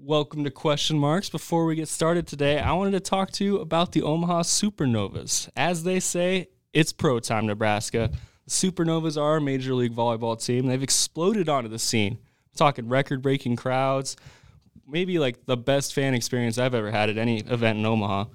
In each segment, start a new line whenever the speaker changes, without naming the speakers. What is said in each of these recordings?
Welcome to Question Marks. Before we get started today, I wanted to talk to you about the Omaha Supernovas. As they say, it's pro time, Nebraska. The Supernovas are a Major League Volleyball team. They've exploded onto the scene. I'm talking record breaking crowds, maybe like the best fan experience I've ever had at any event in Omaha.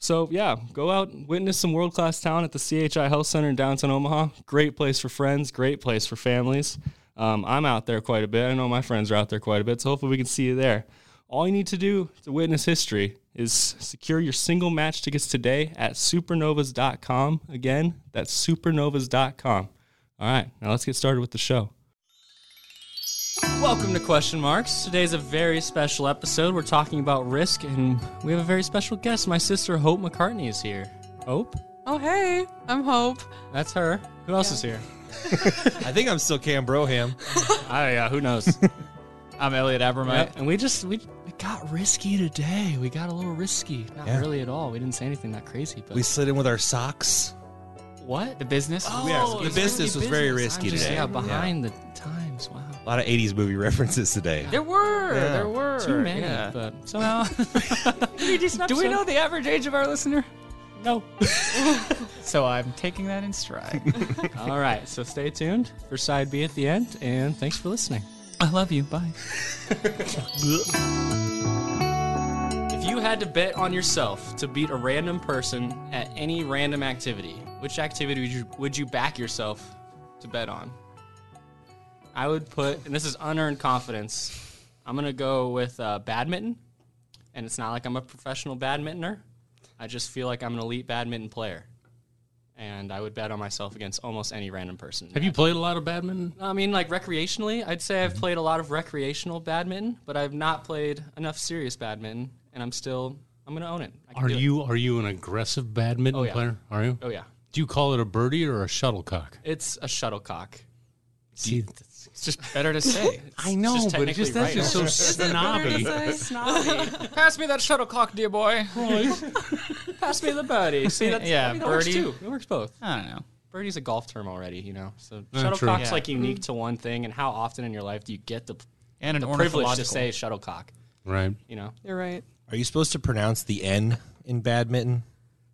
So, yeah, go out and witness some world class talent at the CHI Health Center in downtown Omaha. Great place for friends, great place for families. Um, I'm out there quite a bit. I know my friends are out there quite a bit, so hopefully we can see you there. All you need to do to witness history is secure your single match tickets today at supernovas.com. Again, that's supernovas.com. All right, now let's get started with the show. Welcome to Question Marks. Today's a very special episode. We're talking about risk, and we have a very special guest. My sister Hope McCartney is here. Hope?
Oh, hey, I'm Hope.
That's her. Who else is here?
I think I'm still Cam Broham.
I, uh, who knows?
I'm Elliot Abermite.
Yep, And we just we, we got risky today. We got a little risky. Not
Yeah.
really at all. We didn't say anything that crazy, but
We slid in with our socks.
what? Oh,
The business.
the business was very risky
I'm just,
today.
Yeah, behind the times. Wow.
A lot of 80s movie references today.
There were.
Yeah.
There were.
Too many,
yeah.
but so
Well, do we
episode?
know the average age of our listener?
no.
So I'm taking that in stride.
all right, so stay tuned for side B at the end, and thanks for listening.
I love you. Bye.
If you had to bet on yourself to beat a random person at any random activity, which activity would you, would you back yourself to bet on? I would put, and this is unearned confidence, I'm going to go with uh, badminton. And it's not like I'm a professional badmintoner. I just feel like I'm an elite badminton player. And I would bet on myself against almost any random person.
Have you played a lot of badminton?
I mean, like recreationally, I'd say I've played a lot of recreational badminton, but I've not played enough serious badminton, and I'm still I'm gonna own it. I can
Are
do it.
you are you an aggressive badminton
Oh, yeah.
player? Are you?
Oh yeah,
Do you call it a birdie or a shuttlecock?
it's a shuttlecock.
See,
It's just better to say.
I know,
just
but it's just that's
technically
just so snobby.
Pass me that shuttlecock, dear boy.
Pass me the birdie. See, that's,
Yeah,
I mean, that works
birdie.
too. It works both.
I don't know.
Birdie's a golf term already, you know. So
true.
shuttlecock's
Yeah.
like unique to one thing, and how often in your life do you get the,
And an
the privilege
ornithological.
to say shuttlecock?
right?
You know,
You're right.
Are you supposed to pronounce the N in badminton?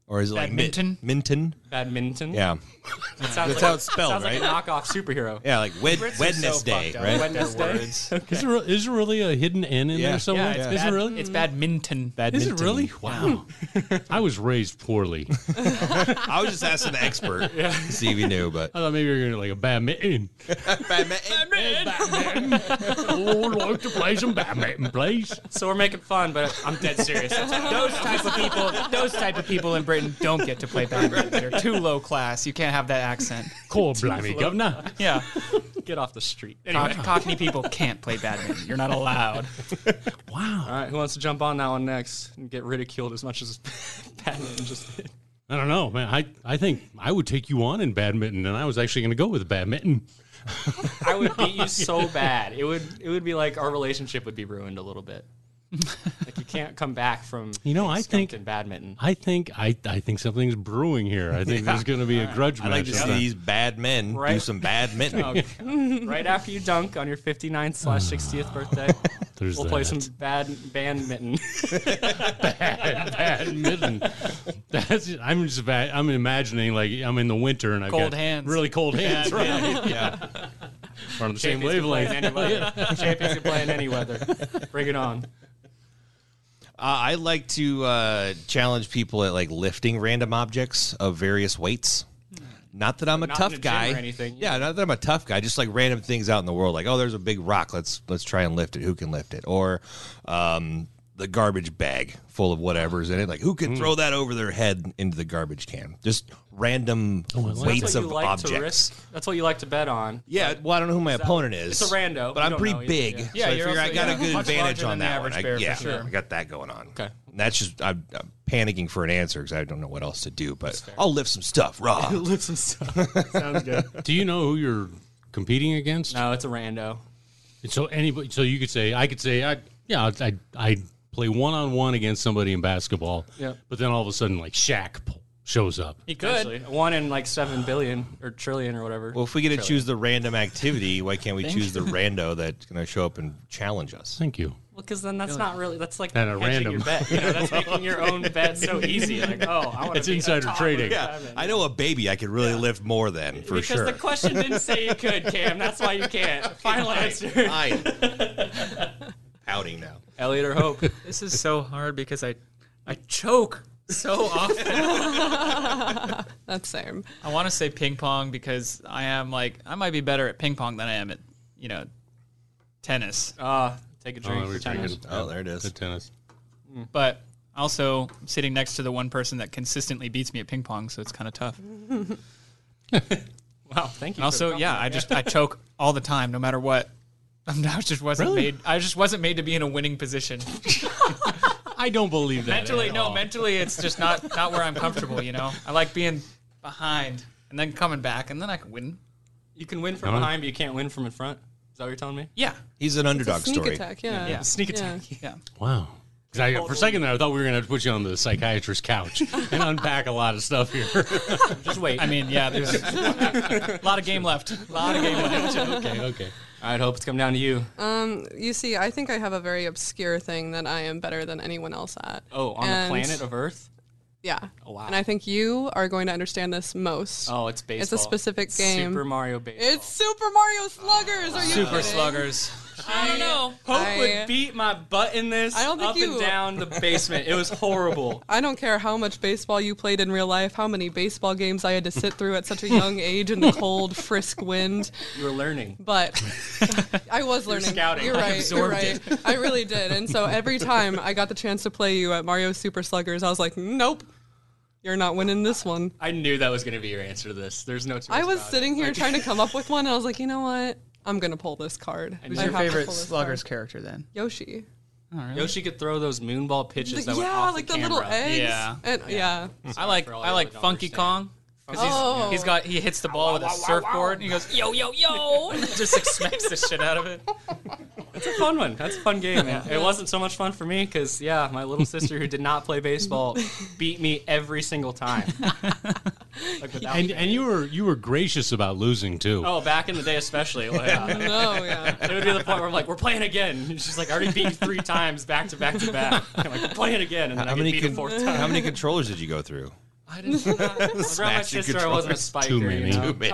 Or is it like mid-
Badminton?
Minton?
badminton.
Yeah.
it sounds
That's
like,
how it's spelled,
sounds like
right?
a knockoff superhero.
Yeah, like wed- Wednesday, right?
Wednesday.
Is there is there really a hidden N in
Yeah.
there somewhere?
Yeah,
is
Bad-
it really?
It's badminton.
Is
Badminton.
it really? Wow. I was raised poorly.
I was just asking the expert to see if he knew, but
I thought maybe you were gonna like a badminton. Badminton. oh, I'd like to play some badminton, please.
so we're making fun, but I'm dead serious. That's how-
Those type of people, those type of people in Britain don't get to play badminton. They're too low class. You can't have that accent.
Call blimey, governor.
Yeah,
Get off the street.
Cock- Cockney people can't play badminton. You're not allowed.
Wow.
All right, who wants to jump on that one next and get ridiculed as much as Patton just did?
I don't know, man. I I think I would take you on in badminton, and I was actually gonna go with badminton.
I would beat you so bad. It would it would be like our relationship would be ruined a little bit. like you can't come back from
You know, I
skunked
think-
in badminton.
I think I, I think something's brewing here. I think there's going to be a grudge
I'd
match.
like to see
sometime.
these bad men do Oh,
Right.
some badminton.
right after you dunk on your 59th slash 60th birthday,
There's
we'll play
Ah, that.
some bad badminton.
badminton. That's I'm just va- I'm imagining like I'm in the winter and I've
Cold
got
hands.
really cold hands. Right?
yeah.
We're on the
Champions can
same
play in
wavelength.
any weather. Champions can play in any weather. Bring it on.
Uh, I like to uh, challenge people at like lifting random objects of various weights. Not that I'm a
not in
tough
a gym
guy.
or anything.
Yeah, not that I'm a tough guy. Just like random things out in the world. Like, oh, there's a big rock. Let's let's try and lift it. Who can lift it? Or um, the garbage bag full of whatever's in it. Like, who can throw that over their head into the garbage can? Just random
That's what
weights of
you like to
objects.
risk. That's what you like to bet on.
Yeah, well, I don't know who my opponent is.
it's a rando.
but
You
I'm
don't
pretty
know. You-
big.
yeah.
So
Yeah,
I
you're
figure I
also-
got
yeah,
a good
much
advantage
larger
on
than the
that one.
average
I,
bear, for
yeah,
sure.
I got that going on.
Okay.
And that's just I'm, I'm panicking for an answer because I don't know what else to do. But I'll lift some stuff raw.
Live some stuff. Sounds good.
Do you know who you're competing against?
No, it's a rando.
And So anybody, so you could say, I could say, I yeah, I I play one on one against somebody in basketball.
Yeah.
But then all of a sudden, like Shaq po- shows up.
He could. One in like 7 billion or trillion or whatever.
well, if we get to choose the random activity, why can't we choose the rando that's going to show up and challenge us?
Thank you.
because then that's not really that's like
Kinda
hedging your
random.
bet. You know, that's making your own bet so easy. Like, oh, I want to.
It's insider trading.
Yeah, I know a baby I could really lift more than for
because
sure.
the question didn't say you could, Cam. That's why you can't. Final answer.
I pouting now.
Elliot or Hope.
This is so hard because I, I choke so often.
That's same.
I want to say ping pong because I am like I might be better at ping pong than I am at you know, tennis.
Uh, take a drink
Oh,
for
we're
tennis.
drinking.
Oh, there it is.
Good tennis.
But also I'm sitting next to the one person that consistently beats me at ping pong, so it's kind of tough. And
Wow, thank you. for the
also, yeah, I just I choke all the time, no matter what. I'm, I just wasn't made. I just wasn't made to be in a winning position.
I don't believe that.
mentally,
at
no,
all.
mentally, it's just not not where I'm comfortable. You know, I like being behind and then coming back, and then I can win.
You can win from
Come on.
behind, but you can't win from in front. Is that what you're telling me?
Yeah,
He's an underdog
Sneak
story.
attack, yeah.
Yeah.
Sneak
Yeah.
attack.
yeah.
Wow. Oh, 'Cause I, for a second there, I thought we were going to have to put you on the psychiatrist's couch and unpack a lot of stuff here.
Just wait.
I mean, yeah, there's a lot of game left. A lot of game left.
okay, okay.
All right, Hope, it's come down to you.
Uh, You see, I think I have a very obscure thing that I am better than anyone else at.
oh, on
And-
the planet of Earth?
Yeah.
wow.
And I think you are going to understand this most.
Oh, it's baseball.
specific game.
Super Mario Baseball.
It's Super Mario Sluggers. Are you
Super
kidding?
sluggers.
I don't know. Hope
I-
would beat my butt in this.
I don't think
up and
you-
down the basement. It was horrible.
I don't care how much baseball you played in real life, how many baseball games I had to sit through at such a young age in the cold frisk wind,
You were learning.
but I was learning.
scouting.
You're
I
right.
absorbed
you're right. I really did. And so every time I got the chance to play you at Mario Super Sluggers, I was like, nope, you're not winning this one.
I knew that was going to be your answer to this. There's no two.
I was sitting here trying to come up with one, and I was like, you know what? I'm gonna pull this card.
Who's
I
your
have to pull this
sluggers character then?
card. Yoshi.
Yoshi could throw those moonball pitches that went
yeah,
off
like
the,
the, little
camera.
eggs.
Yeah.
And, yeah.
I like
for all
I
you
like
that don't
Funky
understand.
Kong. Cause he's,
Oh.
he's got he hits the ball with a surfboard and he goes yo yo yo and just like smacks the shit out of it.
It's a fun one. That's a fun game. man. It wasn't so much fun for me because yeah, my little sister who did not play baseball beat me every single time. like without.
And and you were you were gracious about losing too.
Oh, back in the day, especially. Well, yeah.
No, yeah.
It would be the point where I'm like, we're playing again. And she's like, I already beat you three times back to back to back. I'm like, we're playing again. And then
How
I get
many
beat
con-
a fourth time.
how many controllers did you go through?
I didn't
Around my
Smash your
sister, I wasn't a
controllers.
spiker.
Too many.
You know?
Too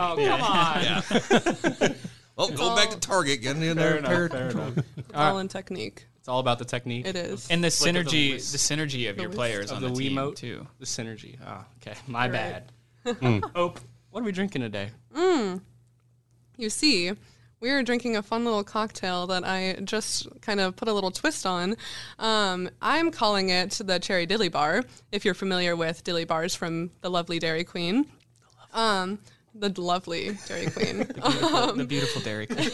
many.
Oh, come on.
Oh, go back to Target, getting in
Fair
there.
enough, fair enough.
It's all in technique.
It's all about the technique.
It is.
and the
Flick of the
synergy
whisk.
the synergy of your
whisk.
players
Of
on
the
the, team
Wiimote.
too.
The synergy. Oh, okay. My bad.
Hmm.
Hope, what are we drinking today?
you see, we are drinking a fun little cocktail that I just kind of put a little twist on. Um, I'm calling it the Cherry Dilly Bar, if you're familiar with Dilly Bars from the lovely Dairy Queen. Um, the lovely Dairy Queen.
the beautiful Dairy Queen.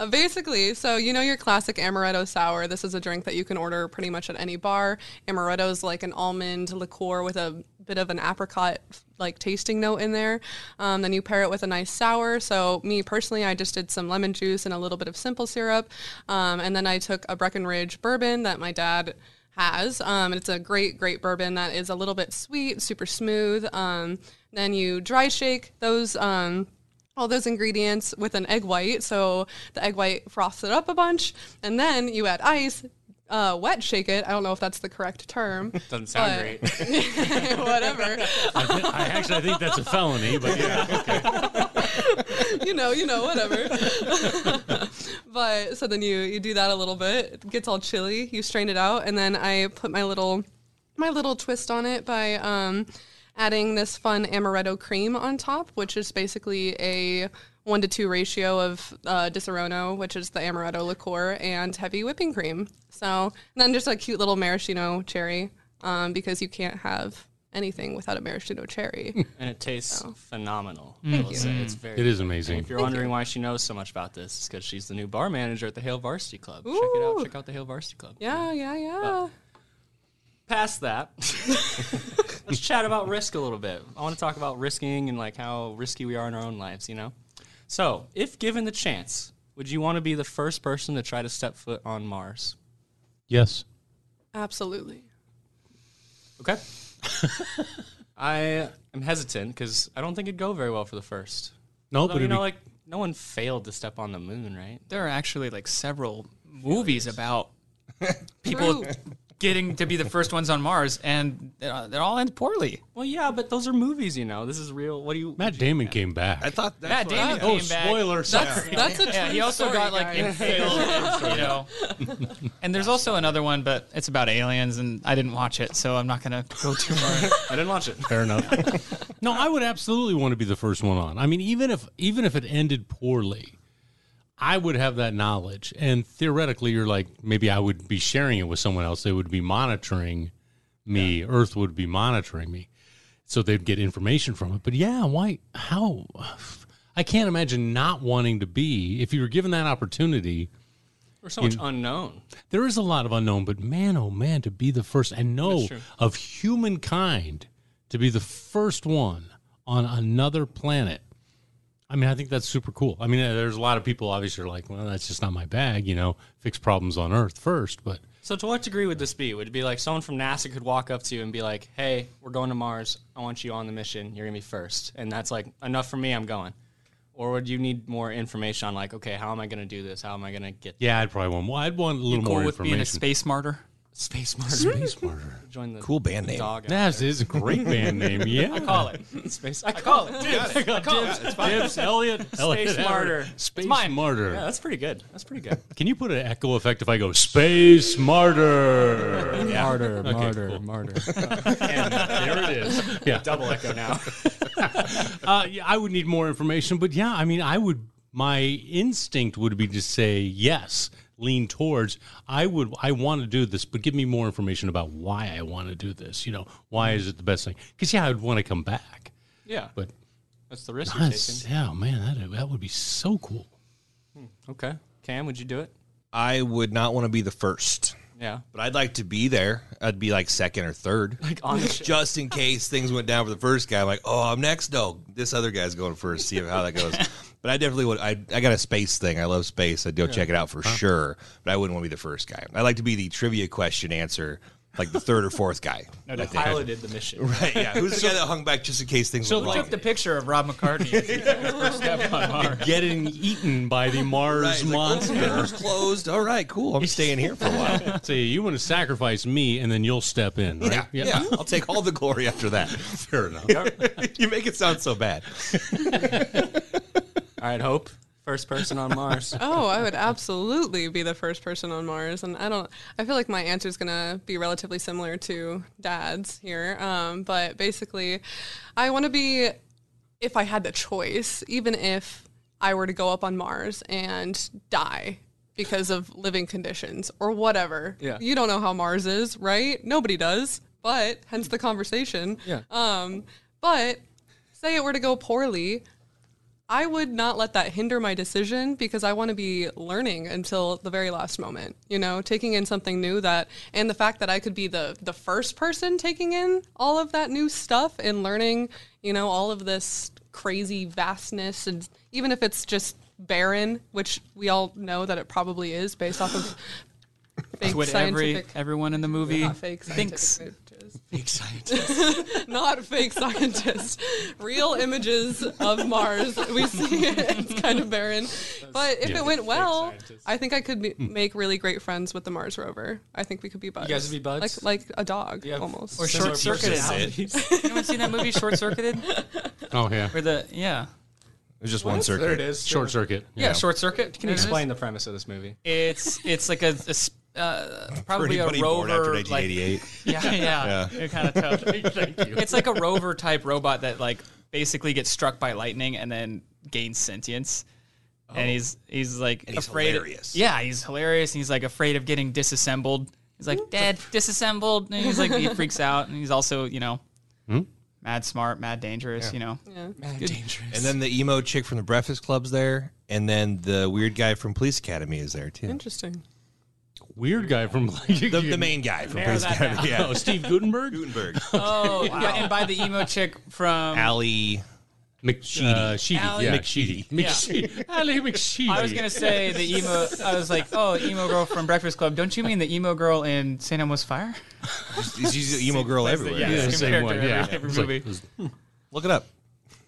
Uh, basically, so you know your classic amaretto sour. This is a drink that you can order pretty much at any bar. Amaretto is like an almond liqueur with a bit of an apricot like tasting note in there. Um, then you pair it with a nice sour. So me personally, I just did some lemon juice and a little bit of simple syrup, um, and then I took a Breckenridge bourbon that my dad has. Um, and it's a great, great bourbon that is a little bit sweet, super smooth. Um, then you dry shake those. Um, all those ingredients with an egg white. So the egg white frosts it up a bunch, and then you add ice, uh, wet shake it. I don't know if that's the correct term.
Doesn't sound
But-
great.
Whatever.
I, thi- I actually I think that's a felony, but yeah.
you know, you know, whatever. but so then you you do that a little bit. It gets all chilly. You strain it out, and then I put my little my little twist on it by um, adding this fun amaretto cream on top, which is basically a one to two ratio of uh, Disaronno, which is the amaretto liqueur, and heavy whipping cream. So and then just a cute little maraschino cherry, um, because you can't have anything without a maraschino cherry.
And it tastes phenomenal. I will say. It's very
it is
If
amazing.
you're wondering why she knows so much about this, it's because she's the new bar manager at the Hale Varsity Club. Check it out.
Ooh.
Check out the Hale Varsity Club.
yeah, yeah, yeah.
Past that, let's chat about risk a little bit. I want to talk about risking and like how risky we are in our own lives, you know? So, if given the chance, would you want to be the first person to try to step foot on Mars?
Yes.
Absolutely.
Okay. I am hesitant because I don't think it'd go very well for the first.
No,
Although,
but
you
it'd
know,
be,
like no one failed to step on the moon, right?
There are actually like several movies about people
True.
getting to be the first ones on Mars, and uh, it all ends poorly.
Well, yeah, but those are movies, you know. This is real. What do you?
Matt Damon came back.
I thought that's
Matt
what
Damon
I did.
oh,
came back.
spoiler!
That's
sorry.
that's a true
yeah, he also
story,
got like
guys.
impaled, and, you know. And there's also another one, but it's about aliens, and I didn't watch it, so I'm not gonna go too far.
I didn't watch it.
Fair enough. no, I would absolutely want to be the first one on. I mean, even if even if it ended poorly, I would have that knowledge, and theoretically, you're like maybe I would be sharing it with someone else. They would be monitoring me. Earth would be monitoring me, so they'd get information from it. But yeah, why? How? I can't imagine not wanting to be if you were given that opportunity.
There's so much unknown.
There is a lot of unknown, but man, oh man, to be the first and know
That's true.
of humankind to be the first one on another planet. I mean, I think that's super cool. I mean, uh, there's a lot of people obviously are like, well, that's just not my bag, you know, fix problems on Earth first. But
So, to what degree would this be? Would it be like someone from NASA could walk up to you and be like, "Hey, we're going to Mars. I want you on the mission. You're gonna be first. and that's like enough for me. I'm going. Or would you need more information on like, okay, how am I gonna do this? How am I gonna get
yeah, I'd probably want, well, I'd want a little
cool
more
with
information.
being a space martyr.
space Mars?
Space murder.
Join the
Cool band name.
Dog.
That is a great band name. Yeah.
Call it.
Space. I call
Call
it.
it.
Got it.
Dibs, Elliot, Elliot Everett.
martyr.
Space
mine.
martyr.
Yeah, that's pretty good. That's pretty good.
Can you put an echo effect if I go space martyr?
Martyr, martyr, martyr.
there it is. Yeah.
Double echo now.
Uh, yeah, I would need more information, but yeah, I mean, I would. My instinct would be to say yes, lean towards. I would. I want to do this, but give me more information about why I want to do this. You know, why is it the best thing? Because yeah, I would want to come back.
yeah,
But
that's the risk you're taking.
that's, yeah, man, that that would be so cool.
Okay, Cam, would you do it?
I would not want to be the first,
Yeah,
but I'd like to be there. I'd be like second or third.
like on the show.
just in case things went down for the first guy. I'm like, oh, I'm next. No, this other guy's going first. See how that goes. but I definitely would. I, I got a space thing. I love space. I'd go check it out for sure. But I wouldn't want to be the first guy. I like to be the trivia question answer, like the third or fourth guy. no, I think.
Piloted the mission.
Right, yeah. Who's the guy that hung back just in case things went
Look
wrong?
up the picture of Rob McCartney. as he took his first step on Mars.
Getting eaten by the Mars
Right, he's like, oh,
monster.
doors closed. All right, cool. I'm staying here for a while.
Say you want to sacrifice me, and then you'll step in. Right?
Yeah, yeah. I'll take all the glory after that.
Fair enough.
you make it sound so bad.
All right, Hope, first person on Mars.
Oh, I would absolutely be the first person on Mars, and I don't. I feel like my answer is gonna be relatively similar to Dad's here, um, but basically, I want to be if I had the choice, even if I were to go up on Mars and die because of living conditions or whatever.
Yeah.
You don't know how Mars is, right? Nobody does, but hence the conversation.
Yeah.
Um, but say it were to go poorly, I would not let that hinder my decision because I want to be learning until the very last moment, you know, taking in something new that and the fact that I could be the the first person taking in all of that new stuff and learning, you know, all of this crazy vastness and even if it's just barren, which we all know that it probably is based off of fake
What every
scientific
everyone in the movie
not fake
thinks.
scientific images.
Fake scientist.
Not fake scientists. Real images of Mars. We see it. It's kind of barren. But if it went well, I think I could be, make really great friends with the Mars rover. I think we could be bugs.
Hmm. guys would be bugs?
Like, like a dog,
Yeah.
almost.
Or short circuited. Anyone seen that movie Short Circuited?
Oh yeah.
Where the yeah
There's just one circuit.
There it is.
Short circuit.
yeah, Short Circuit.
Can you explain the premise of this movie?
It's it's like a, a s- uh, probably a
Everybody bored after
rover like
1988.
Yeah, yeah. You're kind of tough. It's like a rover type robot that like basically gets struck by lightning and then gains sentience. And he's he's like
he's
afraid.
hilarious.
Yeah, he's hilarious. And he's like afraid of getting disassembled. He's like, Dad, disassembled. And he's like, he freaks out. And he's also, you know, mad smart, mad dangerous. You know,
Yeah.
dangerous.
And then the emo chick from the Breakfast Club's there, and then the weird guy from Police Academy is there too.
Interesting.
Weird guy from like
The, the main guy from Police
that
Academy,
Oh,
yeah.
Steve Gutenberg.
Gutenberg,
oh yeah, and by the emo chick from
Allie.
McSheedy. Uh, Sheedy.
Ally
yeah,
McSheedy.
McSheedy. McSheedy. Ally McSheedy.
I was gonna say the emo. I was like, oh, emo girl from Breakfast Club. Don't you mean the emo girl in St. Elmo's Fire?
She's an emo girl everywhere.
Yeah,
Same
same one.
character
Yeah.
every- every
It's like-
movie.
it was-
Look it up.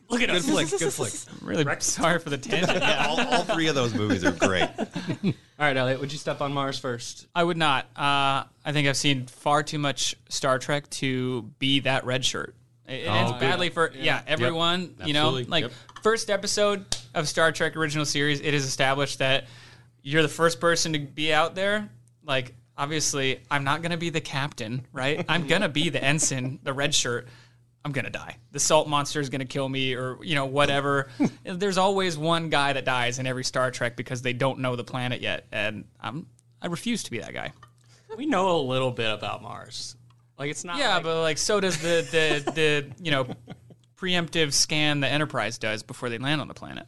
Look at
Good
us.
flick. Good flick.
Really sorry for the tangent. Yeah.
All, all three of those movies are great.
All right, Elliot, would you step on Mars first?
I would not. Uh, I think I've seen far too much Star Trek to be that red shirt. It, it ends
Oh,
badly for yeah, everyone. You know,
Absolutely.
like
Yep.
first episode of Star Trek original series, it is established that you're the first person to be out there. Like obviously, I'm not gonna be the captain, right? I'm gonna be the ensign, the red shirt. I'm gonna die. The salt monster is gonna kill me, or you know whatever. There's always one guy that dies in every Star Trek because they don't know the planet yet, and I'm I refuse to be that guy.
We know a little bit about Mars. Like it's not.
Yeah,
like-
but like so does the the the you know preemptive scan the Enterprise does before they land on the planet.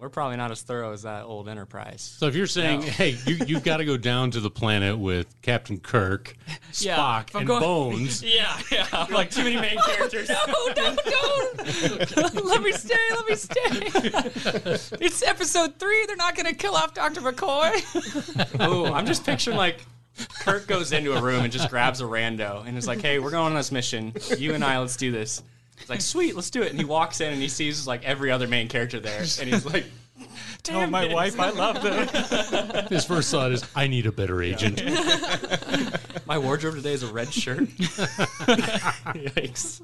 we're probably not as thorough as that old Enterprise.
So if you're saying, hey, you, you've got to go down to the planet with Captain Kirk,
Yeah,
Spock,
if I'm
and
going-
Bones,
Yeah, yeah. I'm like too many main characters.
no, no, no! let me stay. Let me stay.
it's episode three. They're not gonna kill off Doctor McCoy.
oh, I'm just picturing like Kirk goes into a room and just grabs a rando and is like, "Hey, we're going on this mission. You and I, let's do this." It's like, "Sweet, let's do it." And he walks in and he sees like every other main character there, and he's like,
Tell my wife I love them.
his first thought is, I need a better agent.
"My wardrobe today is a red shirt." Yikes.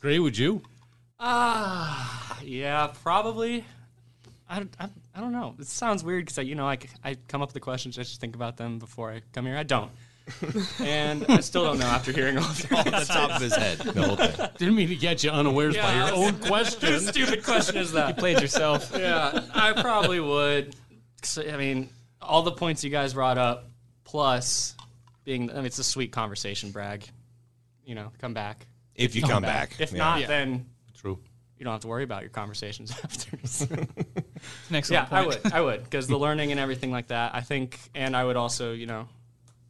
Gray, would you?
Ah, Yeah, probably. I, don't- I, I don't know. It sounds weird because I, you know, I, c- I come up with the questions. I just think about them before I come here. I don't, and I still don't know after hearing all the,
Off the top of his head. The whole thing.
Didn't mean to get you unawares by
Yeah.
your own question.
stupid question is that.
Played yourself.
yeah, I probably would. 'Cause, I mean, all the points you guys brought up, plus being, I mean, it's a sweet conversation, brag. You know, come back.
If you come back.
If
Yeah.
not, then
True.
you don't have to worry about your conversations after.
Next
yeah,
point.
I would, I would, because the learning and everything like that. I think, and I would also, you know,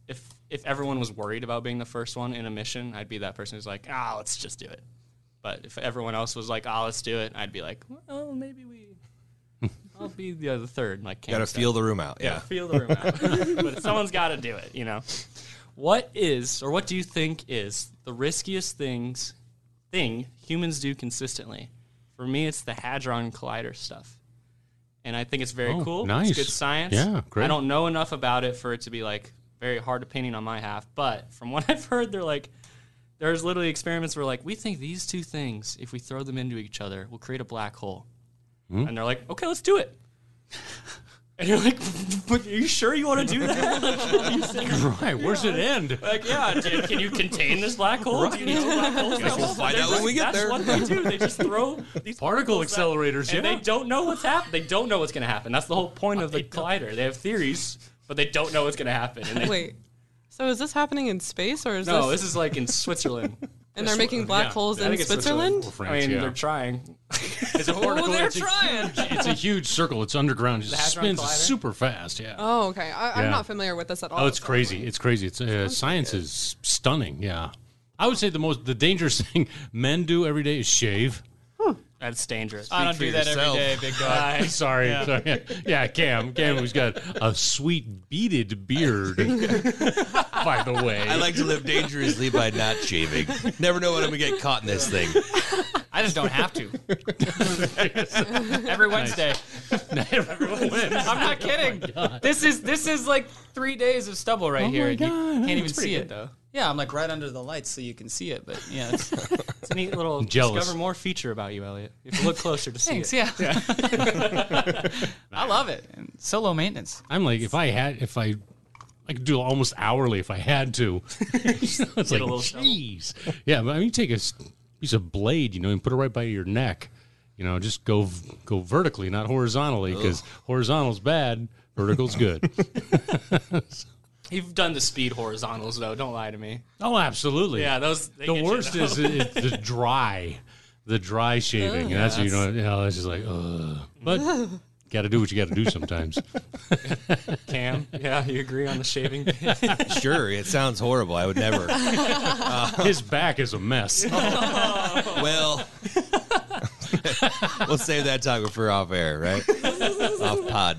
if if everyone was worried about being the first one in a mission, I'd be that person who's like, ah, let's just do it. But if everyone else was like, ah, let's do it, I'd be like, well, maybe we. I'll be the other third, like
You gotta
Cam said.
feel the room out.
Yeah,
Yeah.
feel the room out. but someone's got to do it, you know. What is, or what do you think is the riskiest things thing humans do consistently? For me, it's the hadron collider stuff, and I think it's very
Oh,
cool.
nice.
It's good science.
Yeah, great.
I don't know enough about it for it to be like very hard opinion on my half, but from what I've heard, they're like. There's literally experiments where like we think these two things, if we throw them into each other, will create a black hole,
Hmm?
and they're like, okay, let's do it. And you're like, but are you sure you want to do that?
Right. Where's it end?
like, yeah, dude, can you contain this black hole? Do you need two black holes?
Guess we'll find
They're
out when we get
that's
there.
what they do. They just throw these
Particle
particles out,
accelerators,
and
yeah.
they don't know what's happening. They don't know what's going to happen. That's the whole point of the collider. They have theories, but they don't know what's going to happen. And they,
Wait. So is this happening in space, or is
no,
this,
this is like in Switzerland.
and they're making black holes
I
in
think it's Switzerland.
Switzerland?
Or
I
France,
mean,
yeah.
they're trying.
It's a particle.
Well, they're
it's, a,
trying.
it's a huge circle. It's underground. It just
hadron
spins
collider?
super fast. Yeah.
Oh, okay. I,
Yeah.
I'm not familiar with this at all.
Oh, it's crazy! It's crazy. It's uh, science is stunning. Yeah, I would say the most the dangerous thing men do every day is shave.
That's dangerous.
I don't do that
yourself.
every day, big dog.
I'm sorry, yeah. sorry. Yeah, Cam, Cam, who's got a sweet beaded beard. by the way,
I like to live dangerously by not shaving. Never know when I'm gonna get caught in this thing.
I just don't have to. Every Wednesday.
everyone wins.
I'm not kidding. this is this is like three days of stubble right here.
my
and you
God,
can't
that's
even
pretty
see
good,
it though. Yeah, I'm like right under the lights, so you can see it. But yeah, it's,
It's a neat little
Jealous.
discover more feature about you, Elliot. If you look closer to see
thanks.
it.
Yeah, I love it. And so low maintenance.
I'm like, if I had, if I, I could do almost hourly if I had to. it's like,
little shovel.
jeez, yeah. But I mean, you take a s- piece of blade, you know, and put it right by your neck. You know, just go v- go vertically, not horizontally, because horizontal's bad, vertical's good.
You've done the speed horizontals though. Don't lie to me.
oh, absolutely.
Yeah, those. they
the
get you,
worst
though.
is, is the dry, the dry shaving. and that's you know, you know, it's just like, ugh. but got to do what you got to do sometimes.
Cam. Yeah, you agree on the shaving.
Sure, it sounds horrible. I would never.
His back is a mess.
Well, we'll save that topic for off air, right? off pod.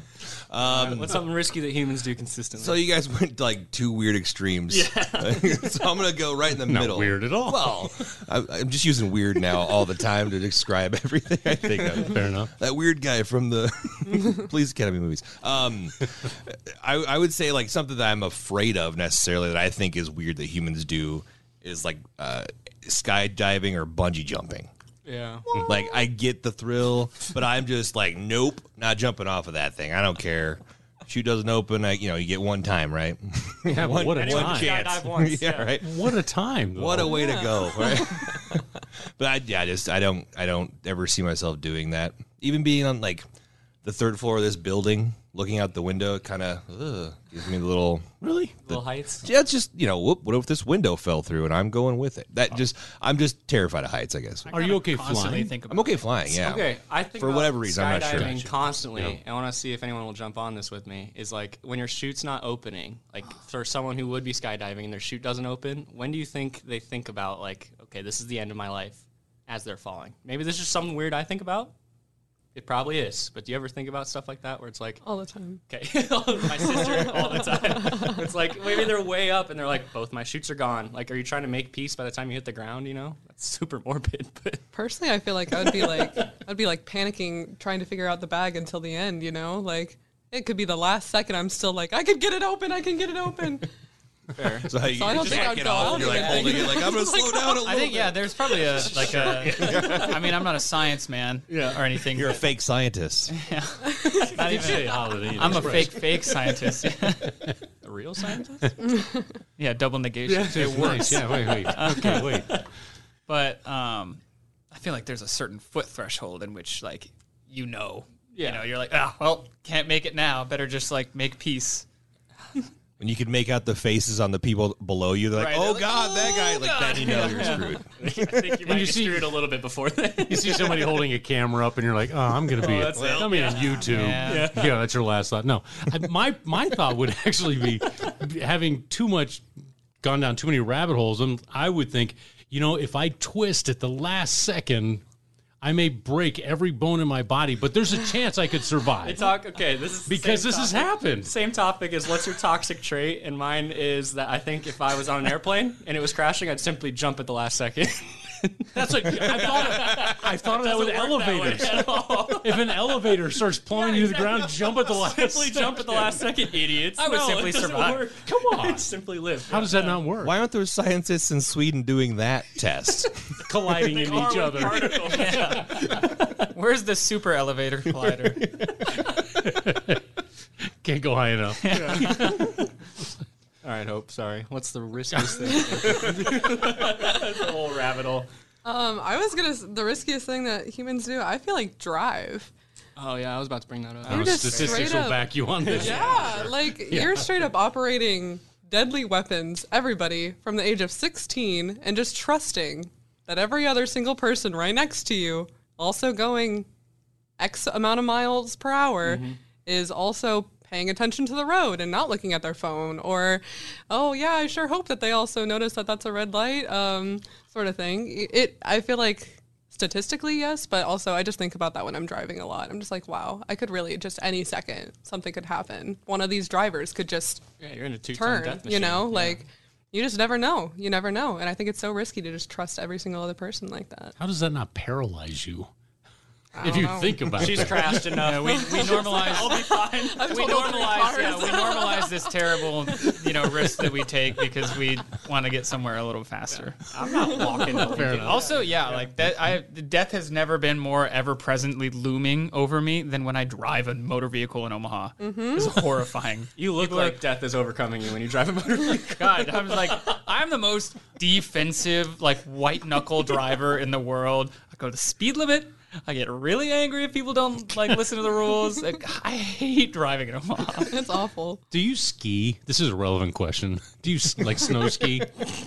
Um,
What's something risky that humans do consistently?
so you guys went to like two weird extremes. so I'm gonna go right in the
Not
middle.
weird at all.
Well, I, I'm just using weird now all the time to describe everything I think of.
Fair enough.
That weird guy from the Police Academy movies. Um, I, I would say like something that I'm afraid of necessarily that I think is weird that humans do is like uh, skydiving or bungee jumping.
yeah.
Like I get the thrill, but I'm just like, nope, not jumping off of that thing. I don't care. Chute doesn't open. I, you know, you get one time, right?
Yeah, but what a
Anyone
time.
can skydive once.
yeah, right.
What a time. though.
What a way to go, right? but I, yeah, I just I don't I don't ever see myself doing that. Even being on like the third floor of this building, looking out the window, kind of gives me the little
really?
Little heights.
yeah. It's just you know, whoop, what if this window fell through and I'm going with it? That just I'm just terrified of heights. I guess
Are you okay
Constantly
flying?
think about
I'm okay flying. Yeah.
Okay, I think
For
about
whatever reason, I'm not sure.
skydiving
Gotcha.
constantly. I want to see if anyone will jump on this with me. Is like when your chute's not opening, like for someone who would be skydiving and their chute doesn't open. When do you think they think about like, okay, this is the end of my life as they're falling? Maybe this is just something weird I think about. It probably is, but do you ever think about stuff like that where it's
Oh.
like,
all the time.
okay, my sister all the time. It's like maybe they're way up and they're like, both my shoots are gone. Like, are you trying to make peace by the time you hit the ground? You know, that's super morbid, but
Personally, I feel like I would be like I'd be like panicking, trying to figure out the bag until the end. You know, like it could be the last second. I'm still like I could get it open. I can get it open.
fair.
So how you
I don't
just
think
back
I'd
it
go
off
out
and you're like
even.
holding it like I'm gonna slow down a little
I think yeah, there's probably a like a. I mean, I'm not a science man or anything.
You're a fake scientist.
but not even. I'm a fake fake scientist. Yeah,
A real scientist?
yeah double negation.
it works. Yeah, wait, wait. Okay, wait.
But um, I feel like there's a certain foot threshold in which like you know,
Yeah.
you know, you're like, ah, well, can't make it now. Better just like make peace.
When you can make out the faces on the people below you, they're like,
Right,
"Oh
they're like,
God, that
"Oh,
guy!" Like
God.
then you know you're screwed.
I think you might
you
get
see-
screwed a little bit before that.
You see somebody holding a camera up, and you're like, "Oh, I'm gonna be,
that's it.
I'm in YouTube."
Yeah.
Yeah. that's your last thought. No, I, my my thought would actually be having too much gone down too many rabbit holes, and I would think, you know, if I twist at the last second, I may break every bone in my body, but there's a chance I could survive
Talk. Okay, this is the
because
same
this has
topic.
happened.
Same topic is what's your toxic trait, and mine is that I think if I was on an airplane and it was crashing, I'd simply jump at the last second.
That's what I thought. Of, I thought of that with elevators. if an elevator starts plummeting
Yeah,
to the ground, jump at the last.
simply jump at the last second, idiots. I
would simply survive.
Come on.
simply live.
How does that not work?
Why aren't there scientists in Sweden doing that test?
colliding in each other?
Where's the super elevator collider?
Can't go high enough.
All right, Hope. Sorry. What's the riskiest thing? the whole rabbit hole.
Um, I was gonna s- the riskiest thing that humans do. I feel like drive.
Oh yeah, I was about to bring that up.
Our
just
statistics
straight
will
up-
back you on this.
Yeah, like you're straight up operating deadly weapons, everybody from the age of 16, and just trusting that every other single person right next to you, also going X amount of miles per hour, is also paying attention to the road and not looking at their phone or oh yeah i sure hope that they also notice that that's a red light um, sort of thing it i feel like statistically yes but also i just think about that when i'm driving a lot i'm just like wow i could really just any second something could happen one of these drivers could just
Yeah, you're in a two-ton
turn
death machine.
you know like you just never know you never know and i think it's so risky to just trust every single other person like that
How does that not paralyze you? If you
know.
think about
She's
it.
crashed enough.
Yeah, we, we normalize.
I'll be fine.
We normalize, yeah, we normalize this terrible, you know, risk that we take because we want to get somewhere a little faster.
I'm not walking. up.
Fair enough.
Also, yeah, like that. I death has never been more ever presently looming over me than when I drive a motor vehicle in Omaha.
Mm-hmm.
It's horrifying.
You look
People are-
like death is overcoming you when you drive a motor vehicle.
God, I was like, I'm the most defensive, like white knuckle driver in the world. I go the speed limit. I get really angry if people don't like listen to the rules. Like, I hate driving in Omaha.
it's awful
Do you ski? This is a relevant question. Do you s- like snow ski?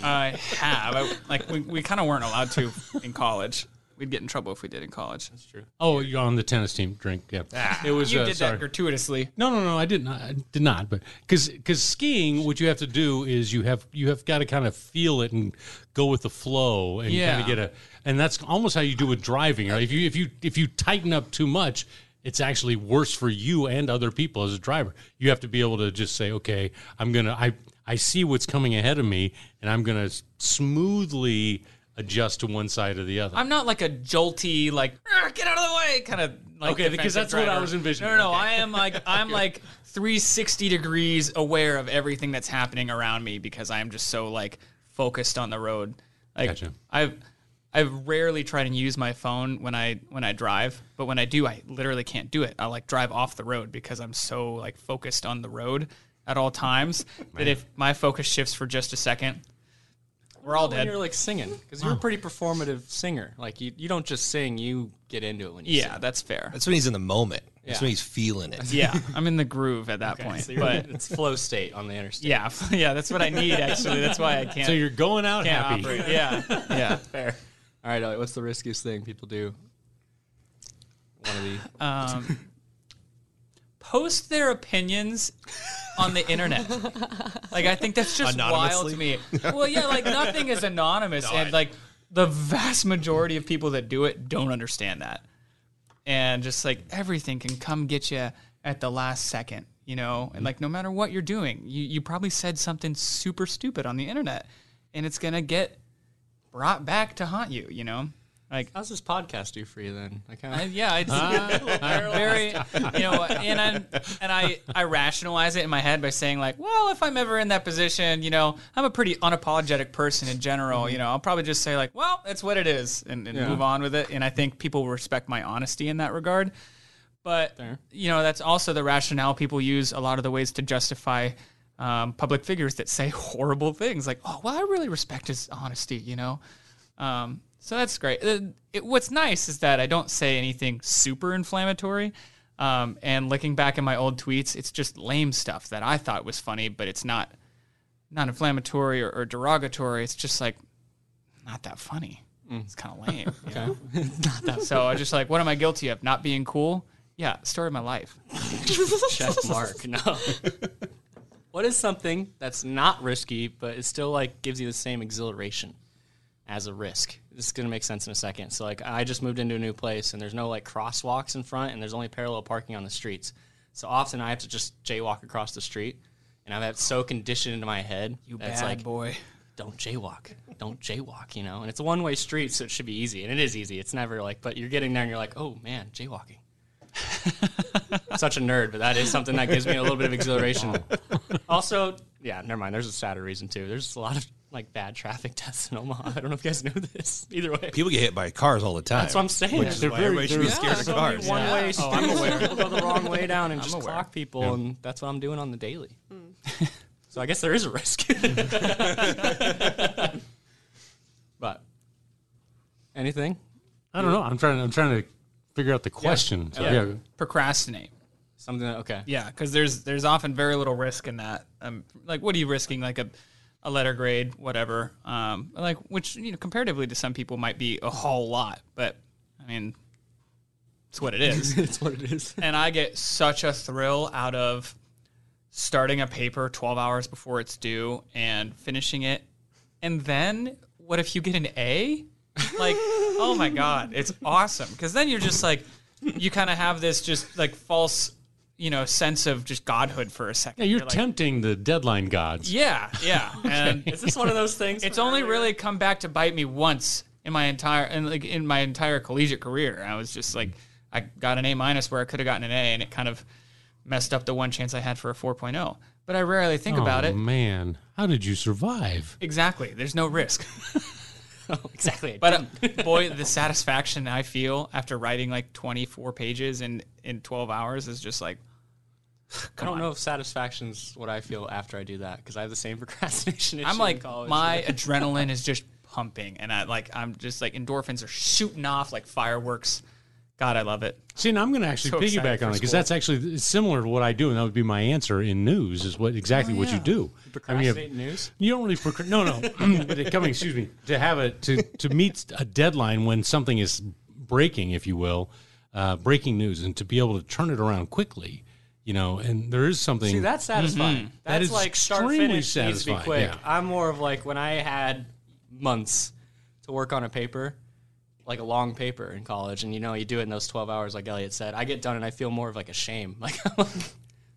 I have. I, like we, we kind of weren't allowed to in college. We'd get in trouble if we did in college. That's true.
Oh, you're on the tennis team. Drink. Yeah.
Ah.
it was.
You
uh,
did
sorry.
that gratuitously.
No, no, no. I did not. I did not. But because because skiing, what you have to do is you have you have got to kind of feel it and go with the flow and
Yeah.
kind of get a. And that's almost how you do with driving. Right? If you if you if you tighten up too much, it's actually worse for you and other people as a driver. You have to be able to just say, okay, I'm gonna I I see what's coming ahead of me, and I'm gonna s- smoothly adjust to one side or the other.
I'm not like a jolty, like "Arr, get out of the way kind of. Like,
Okay,
defensive
because that's what I
driver.
was envisioning.
No, no, no,
Okay.
I am like I'm like 360 degrees aware of everything that's happening around me because I am just so like focused on the road. Like
Gotcha.
I've I rarely try to use my phone when I when I drive, but when I do, I literally can't do it. I like drive off the road because I'm so like focused on the road at all times that if my focus shifts for just a second, we're all
when
dead.
you're like singing because you're a pretty performative singer. Like you, you don't just sing; you get into it when you
Yeah, that's fair.
That's when he's in the moment. That's
Yeah.
when he's feeling it.
yeah, I'm in the groove at that point.
sing. So you're-
but
it's flow state on the interstate.
yeah, yeah, that's what I need actually. That's why I can't.
so you're going out
can't
happy.
operate. Yeah, yeah.
Fair. All right, Elliot, what's the riskiest thing people do? One of the
Um, post their opinions on the internet. Like I think that's just wild to me. Well, yeah, like nothing is anonymous, and like the vast majority of people that do it don't understand that, and just like everything can come get you at the last second, you know, and like no matter what you're doing, you you probably said something super stupid on the internet, and it's gonna get brought back to haunt you, you know, like.
how's this podcast do for you then? I kind
I,
of
yeah, it's
Ah.
very, you know, and I'm, and I, I rationalize it in my head by saying like, well, if I'm ever in that position, you know, I'm a pretty unapologetic person in general. You know, I'll probably just say like, well, that's what it is, and, and
Yeah.
move on with it. And I think people respect my honesty in that regard. But
Fair.
you know, that's also the rationale people use a lot of the ways to justify um, public figures that say horrible things, like, "Oh, well, I really respect his honesty," you know. Um, so that's great. Uh, it- what's nice is that I don't say anything super inflammatory. Um, and looking back at my old tweets, it's just lame stuff that I thought was funny, but it's not not inflammatory or, or derogatory. It's just like not that funny. It's kind of lame. you know? so I was just like, what am I guilty of? Not being cool? Yeah, story of my life.
check mark. No. what is something that's not risky but it still like gives you the same exhilaration as a risk? This is gonna make sense in a second. So like I just moved into a new place and there's no like crosswalks in front and there's only parallel parking on the streets. So often I have to just jaywalk across the street. And I've had so conditioned into my head. You that's like,
boy.
don't jaywalk. Don't jaywalk, you know? And it's a one way street, so it should be easy. And it is easy. It's never like, but you're getting there and you're like, oh man, jaywalking. I'm Such a nerd, but that is something that gives me a little bit of exhilaration. also, yeah, never mind. There's a sadder reason too. There's a lot of like bad traffic deaths in Omaha. I don't know if you guys know this. Either way,
People get hit by cars all the time.
that's what I'm saying.
They're
Why
very-
everybody should be
they're-
scared of
so
cars.
One way
Oh, I'm
streets. People go the wrong way down and just
aware.
clock people, and that's what I'm doing on the daily. so I guess there is a risk. but anything?
I don't know. I'm trying. I'm trying to figure out the question. So,
Yeah.
yeah.
Procrastinate.
Something that, okay.
Yeah, because there's there's often very little risk in that. Um, like, what are you risking? Like a, a letter grade, whatever. Um, like which you know comparatively to some people might be a whole lot, but I mean, it's what it is.
it's what it is.
and I get such a thrill out of starting a paper 12 hours before it's due and finishing it. And then what if you get an A? Like, oh my God, it's awesome. Because then you're just like, you kind of have this just like false, you know, sense of just godhood for a second.
Yeah, you're,
You're like,
tempting the deadline gods.
yeah, yeah. And
Is this one of those things?
it's only really come back to bite me once in my entire and like in my entire collegiate career. I was just like I got an A minus where I could have gotten an A and it kind of messed up the one chance I had for a 4.0. But I rarely think about
oh,
it.
man, how did you survive?
Exactly. There's no risk.
Oh, exactly.
But uh, boy, the satisfaction I feel after writing like 24 pages in in 12 hours is just like
I don't know if satisfaction's what I feel after I do that because I have the same procrastination. issue
I'm
in
like
college.
my adrenaline is just pumping and I like I'm just like endorphins are shooting off like fireworks. God, I love it.
See, and I'm going to actually
So excited
piggyback
for
on
school.
it because that's actually similar to what I do, and that would be my answer in news is what exactly
Oh,
what you do. I mean, you have-
procrastinate news.
you don't really procra- no no but it coming excuse me to have it to to meet a deadline when something is breaking if you will uh, breaking news and to be able to turn it around quickly you know and there is something
See, that's satisfying. That's
Mm-hmm. That is
like start
extremely
finish needs to be
satisfying,
quick.
yeah.
I'm more of like when I had months to work on a paper, like a long paper in college, and you know you do it in those twelve hours, like Elliot said. I get done and I feel more of like a shame, like, I'm like,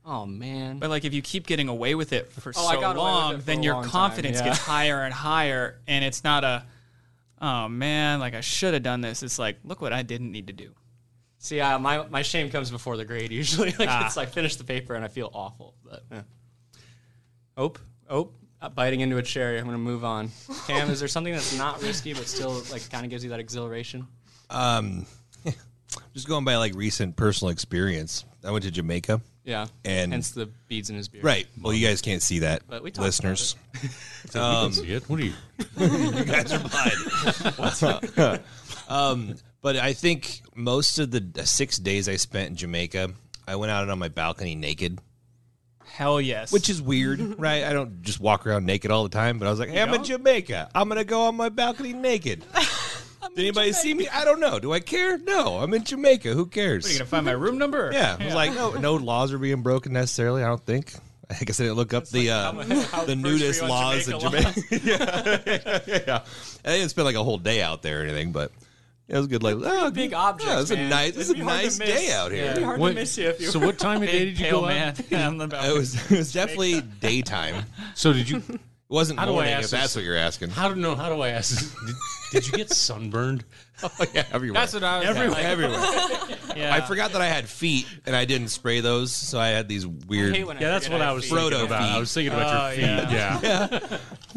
oh man.
But like if you keep getting away with it for
Oh, I got away
so
with
long,
it for
then
a
your
long time,
confidence
yeah.
gets higher and higher and it's not a oh man, like I should have done this. It's like look what I didn't need to do.
See, uh, my my shame comes before the grade usually. like
Ah.
it's like finish the paper and I feel awful. But yeah. ope ope uh, biting into a cherry. I'm gonna move on. Cam, is there something that's not risky but still like kind of gives you that exhilaration?
Um, just going by like recent personal experience, I went to Jamaica.
Yeah,
And-
hence the beads in his beard.
Right. Well, you guys can't see that,
But we talked about
listeners.
Let's see it. What are you?
you guys are blind. um, but I think most of the six days I spent in Jamaica, I went out on my balcony naked.
Hell yes.
which is weird, right? I don't just walk around naked all the time, but I was like, hey, I'm in Jamaica. I'm gonna go on my balcony naked. Did anybody see me? I don't know. Do I care? No, I'm in Jamaica. Who cares?
What, are you gonna find my room number?
yeah, I was like, no, no laws are being broken necessarily. I don't think. I guess I didn't look up the uh, the nudist
on
laws in
Jamaica
Jamaica. yeah, yeah, yeah. I didn't spend like a whole day out there or anything, but it was good. Like oh,
big
yeah,
objects,
It was a
man.
nice. It's a
It'd be hard to
nice
miss.
day out here.
It'd be hard
What-
to miss you if you
So what time of day did you
Pale
go
man.
out?
on the balcony.
It was it was definitely daytime.
So did you?
It wasn't
How do I
morning,
ask
if that's
this?
what you're asking.
How do no? How do I ask? this? Did, did you get sunburned?
Oh, yeah, everywhere.
That's what I was
Everywhere.
Like,
everywhere.
yeah.
I forgot that I had feet and I didn't spray those, so I had these weird
Hey, when I
Yeah, that's
forget
what I
have
was
feet.
Frodo
thinking about.
feet.
I was thinking
Oh,
about your feet.
yeah.
Yeah.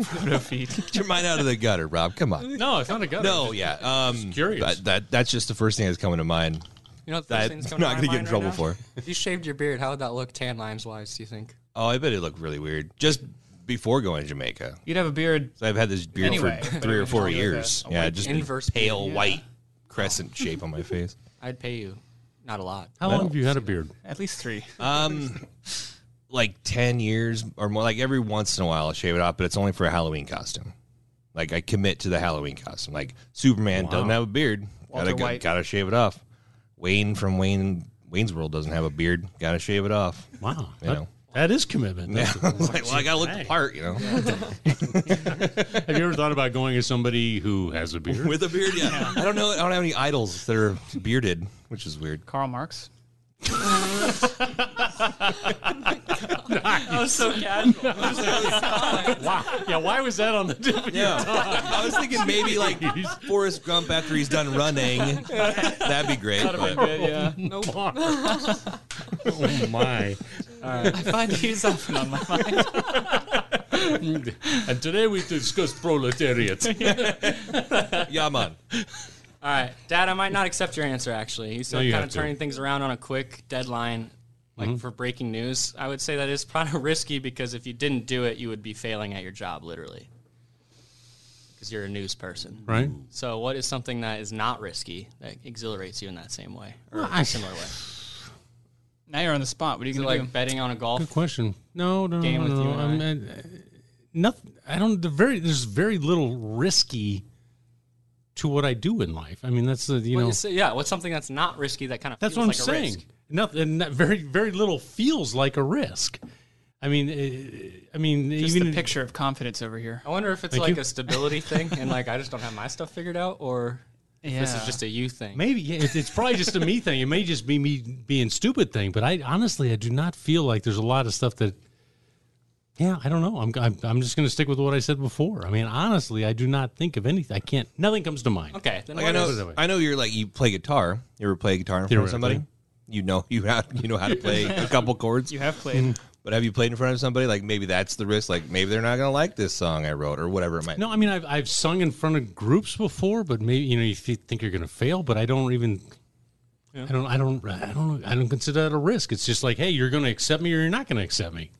Photo feed.
Get your mind out of the gutter, Rob. Come on.
No, it's not a gutter.
No, yeah. Um,
curious.
That, that that's just the first thing that's coming to mind.
You know, what the
That
first
I'm
thing's
not
coming to my
going to get in
mind
trouble
right now?
for.
If you shaved your beard, how would that look tan lines wise? Do you think?
Oh, I bet it looked really weird just before going to Jamaica.
You'd have a beard.
So I've had this beard
Anyway,
for
but
three
it
or
was
four
like a-
years.
a
yeah,
white
just
inverse
inverse pale
beard. Yeah.
white crescent shape on my face.
I'd pay you, not a lot.
How long have you had a beard?
At least three.
Um, like ten years or more. Like every once in a while, I shave it off, but it's only for a Halloween costume. Like I commit to the Halloween costume. Like Superman doesn't have a beard.
Walter
gotta, go-
White.
gotta shave it off. Wayne from Wayne Wayne's World doesn't have a beard. Gotta shave it off.
Wow,
You
that,
know.
that is commitment.
Yeah,
That's-
it's like well, I gotta look the part, you know.
Have you ever thought about going as somebody who has a beard?
With a beard, yeah. I don't know. I don't have any idols that are bearded, which is weird.
Karl Marx.
That was so casual.
wow. Yeah. Why was that on the tip of your
Yeah, I was thinking maybe like Forrest Gump after he's done running. That'd be great. but-
yeah.
Nope.
bar? oh my.
I find he's often on my mind.
And today we discuss proletariat.
Yeah, man.
All right, Dad, I might not accept your answer. Actually, you Mm-hmm. said
No, you
kind
have
of
to.
turning things around on a quick deadline, like for breaking news. I would say that is kind of risky because if you didn't do it, you would be failing at your job, literally, because you're a news person.
Right.
So, what is something that is not risky that exhilarates you in that same way or
I-
similar way?
Now you're on the spot. What are you
Is it
gonna
like
do?
betting on a
Good
golf?
question. No, no,
Game
no,
with
no.
you and
I mean, I- nothing. I don't. The very there's very little risky to what I do in life. I mean, that's the you
What
know
is it- yeah, what's something that's not risky that kind of
that's what
feels
I'm
like a
saying.
risk?
Nothing. Not, very very little feels like a risk. I mean, eh, I mean,
Just
even
the picture of confidence over here.
I wonder if it's
Thank
like
you.
a stability thing and like I just don't have my stuff figured out, or if this is
Yeah.
just a you thing.
Maybe yeah, it's, it's probably just a me thing. It may just be me being stupid thing, but I honestly I do not feel like there's a lot of stuff that. Yeah, I don't know. I'm I'm, I'm just going to stick with what I said before. I mean, honestly, I do not think of anything. I can't. Nothing comes to mind.
Okay, then
Like I
what is-
that
know,
way.
I know you're like you play guitar. You ever play guitar in front of somebody?
Theoretically.
You know you have you know how to play a couple chords.
You have played.
But have you played in front of somebody? Like maybe that's the risk. Like maybe they're not gonna like this song I wrote or whatever it might.
No, I mean I've I've sung in front of groups before, but maybe you know you th- think you're going to fail, but I don't even. I don't. I don't. I don't. I don't consider that a risk. It's just like, hey, you're going to accept me or you're not going to accept me.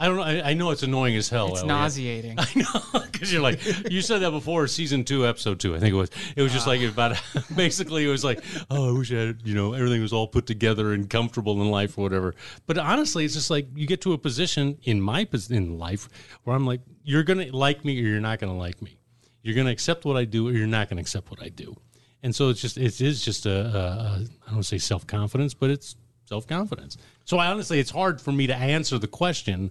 I don't know. I, I know it's annoying as hell.
It's
Elliot.
nauseating.
because you're like you said that before season two episode two i think it was it was just like about basically it was like oh i wish i had you know everything was all put together and comfortable in life or whatever but honestly it's just like you get to a position in my pos- in life where i'm like you're gonna like me or you're not gonna like me you're gonna accept what i do or you're not gonna accept what i do and so it's just it is just a, a, a i don't wanna say self-confidence but it's self-confidence so i honestly it's hard for me to answer the question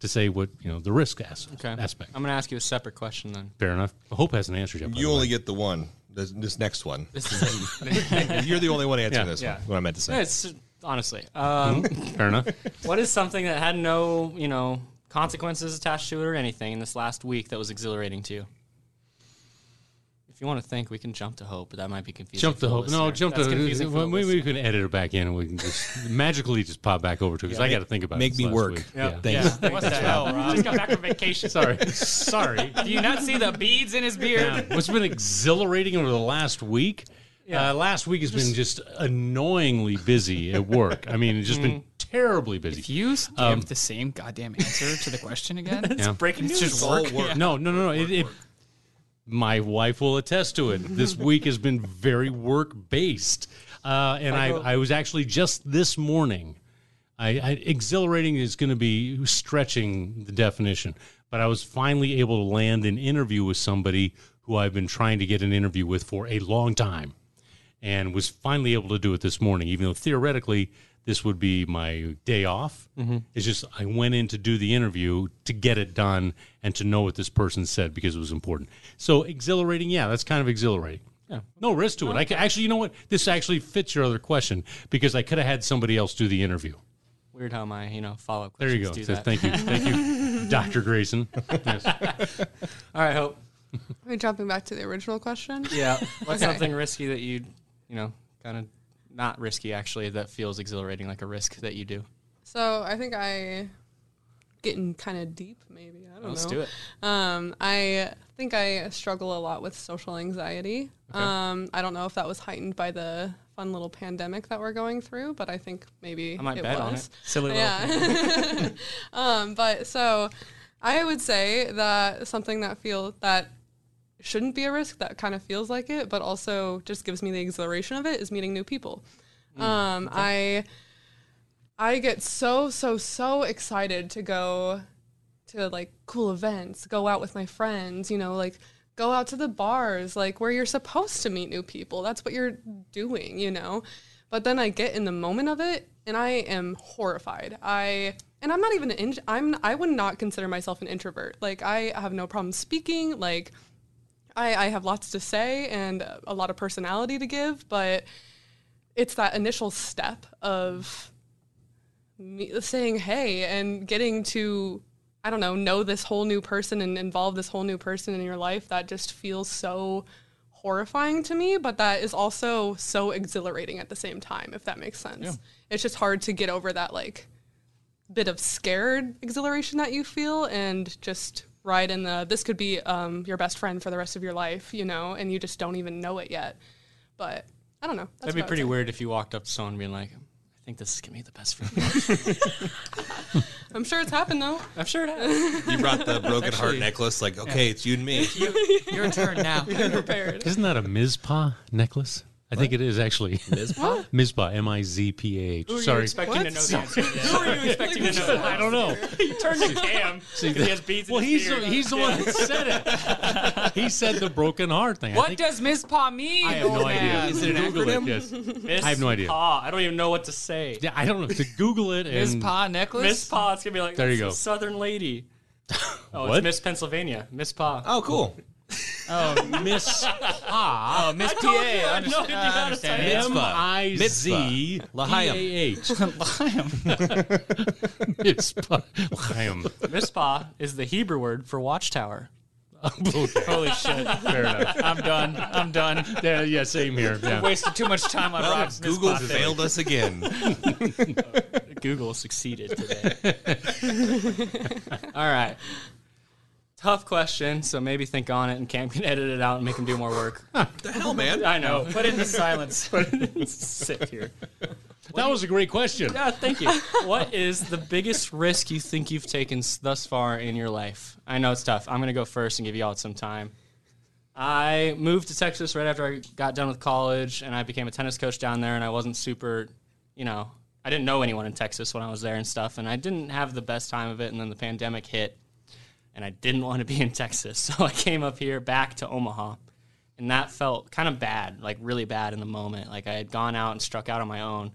to say what you know the risk as-
Okay.
aspect
I'm going to ask you a separate question then.
Fair enough. Hope hasn't answered yet. by
You
the way.
only get the one. This, this next one.
This is
You're the only one answering
Yeah,
this
yeah.
one. What I meant to say.
It's honestly. Um,
Fair enough.
what is something that had no, you know, consequences attached to it or anything in this last week that was exhilarating to you? If you want to think, we can jump to hope, but that might be confusing.
Jump
for
to
the
hope. No,
listener.
jump
That's
to.
confusing for the
Well, maybe we
listener.
can edit it back in, and we can just magically just pop back over to because I got to think about it.
Make
this
me
last
work.
week.
Yeah.
Yeah.
Thanks.
what the hell, Rob?
Just got back from vacation.
Sorry, sorry.
Do you not see the beads in his beard?
What's been exhilarating over the last week? Uh, last week has been just annoyingly busy at work. I mean, it's just
Mm-hmm.
been terribly busy.
If you give the same goddamn answer to the question again, it's
Yeah.
breaking news. It's just
all
work.
work.
No, no, no, no. It, it, my wife will attest to it. This week has been very work based, uh, and I, I was actually just this morning. I, I exhilarating is going to be stretching the definition, but I was finally able to land an interview with somebody who I've been trying to get an interview with for a long time, and was finally able to do it this morning. Even though theoretically this would be my day off,
Mm-hmm.
it's just I went in to do the interview to get it done and to know what this person said because it was important. So exhilarating, yeah, that's kind of exhilarating. Yeah. No risk to it. I could, actually, you know what? This actually fits your other question because I could have had somebody else do the interview.
Weird how my, you know, follow up
There
questions
you
do
go. So
that.
Thank you. Thank you, Dr. Grayson. Yes.
All right, Hope.
Are we jumping back to the original question?
Yeah. What's
Okay.
something risky that you, you know, kind of not risky actually that feels exhilarating like a risk that you do?
So I think I getting kind of deep. Maybe I don't
Let's
know.
do it.
Um, I think I struggle a lot with social anxiety. Um, I don't know if that was heightened by the fun little pandemic that we're going through, but I think maybe
I might
it
bet
was.
on it.
Silly little
Yeah. Um, but so I would say that something that feel that shouldn't be a risk that kind of feels like it, but also just gives me the exhilaration of it is meeting new people.
Mm,
um, I I get so so so excited to go to like cool events, go out with my friends, you know, like go out to the bars, like where you're supposed to meet new people. That's what you're doing, you know. But then I get in the moment of it and I am horrified. I and I'm not even an in, I'm I would not consider myself an introvert. Like I have no problem speaking, like I, I have lots to say and a lot of personality to give, but it's that initial step of me saying hey and getting to I don't know know this whole new person and involve this whole new person in your life that just feels so horrifying to me, but that is also so exhilarating at the same time. If that makes sense, it's just hard to get over that like bit of scared exhilaration that you feel and just ride in the this could be um, your best friend for the rest of your life, you know, and you just don't even know it yet. But I don't know. That's
That'd be
what I would
pretty
say.
weird if you walked up to someone and being like, I think this is going to be the best friend.
I'm sure it's happened though.
I'm sure it has.
You brought the broken heart
actually-
necklace. Like, okay, it's you and me.
Your turn now.
Prepared.
Isn't that a Mizpah necklace? I think it is actually. Mizpah? Mizpah, M I Z P A H.
Who are you
Sorry.
expecting to know the
Sorry.
answer? to this? Who are you expecting to know? the
I don't know.
answer? Turn to Cam. See, he has beads in
Well,
his
he's the,
beard.
he's the one that said it. He said the broken heart thing. I
What
think-
does Ms. Pa mean?
I have no
old
idea.
man?
Google it, yes. I have no idea.
Paw. I don't even know what to say.
Yeah, I don't know. To Google it
Ms.
and
Pa necklace?
Miss Paw. It's going to be like,
There you
"It's a
go.
Southern lady. Oh,
What?
it's Miss Pennsylvania. Miss Paw.
Oh, cool.
Miss
Oh, Miss PA. I
I know,
understand.
did you
I
not
understand.
M I Z E P A H. Mizpah. Chaim.
Miss Paw is the Hebrew word for watchtower.
Okay.
Holy shit.
Fair enough.
I'm done. I'm done.
Yeah, yeah, same here. Yeah.
Wasted too much time on Rob's Miss
Google
Pa thing.
failed us again.
Google succeeded today. All right. Tough question, so maybe think on it, and Cam can edit it out and make him do more work.
the hell, man?
I know.
Put it in silence.
Sit here.
That was a great question.
Yeah, thank you. What is the biggest risk you think you've taken s- thus far in your life? I know it's tough. I'm going to go first and give you all some time. I moved to Texas right after I got done with college, and I became a tennis coach down there. And I wasn't super, you know, I didn't know anyone in Texas when I was there and stuff. And I didn't have the best time of it. And then the pandemic hit, and I didn't want to be in Texas, so I came up here back to Omaha, and that felt kind of bad, like really bad in the moment. Like I had gone out and struck out on my own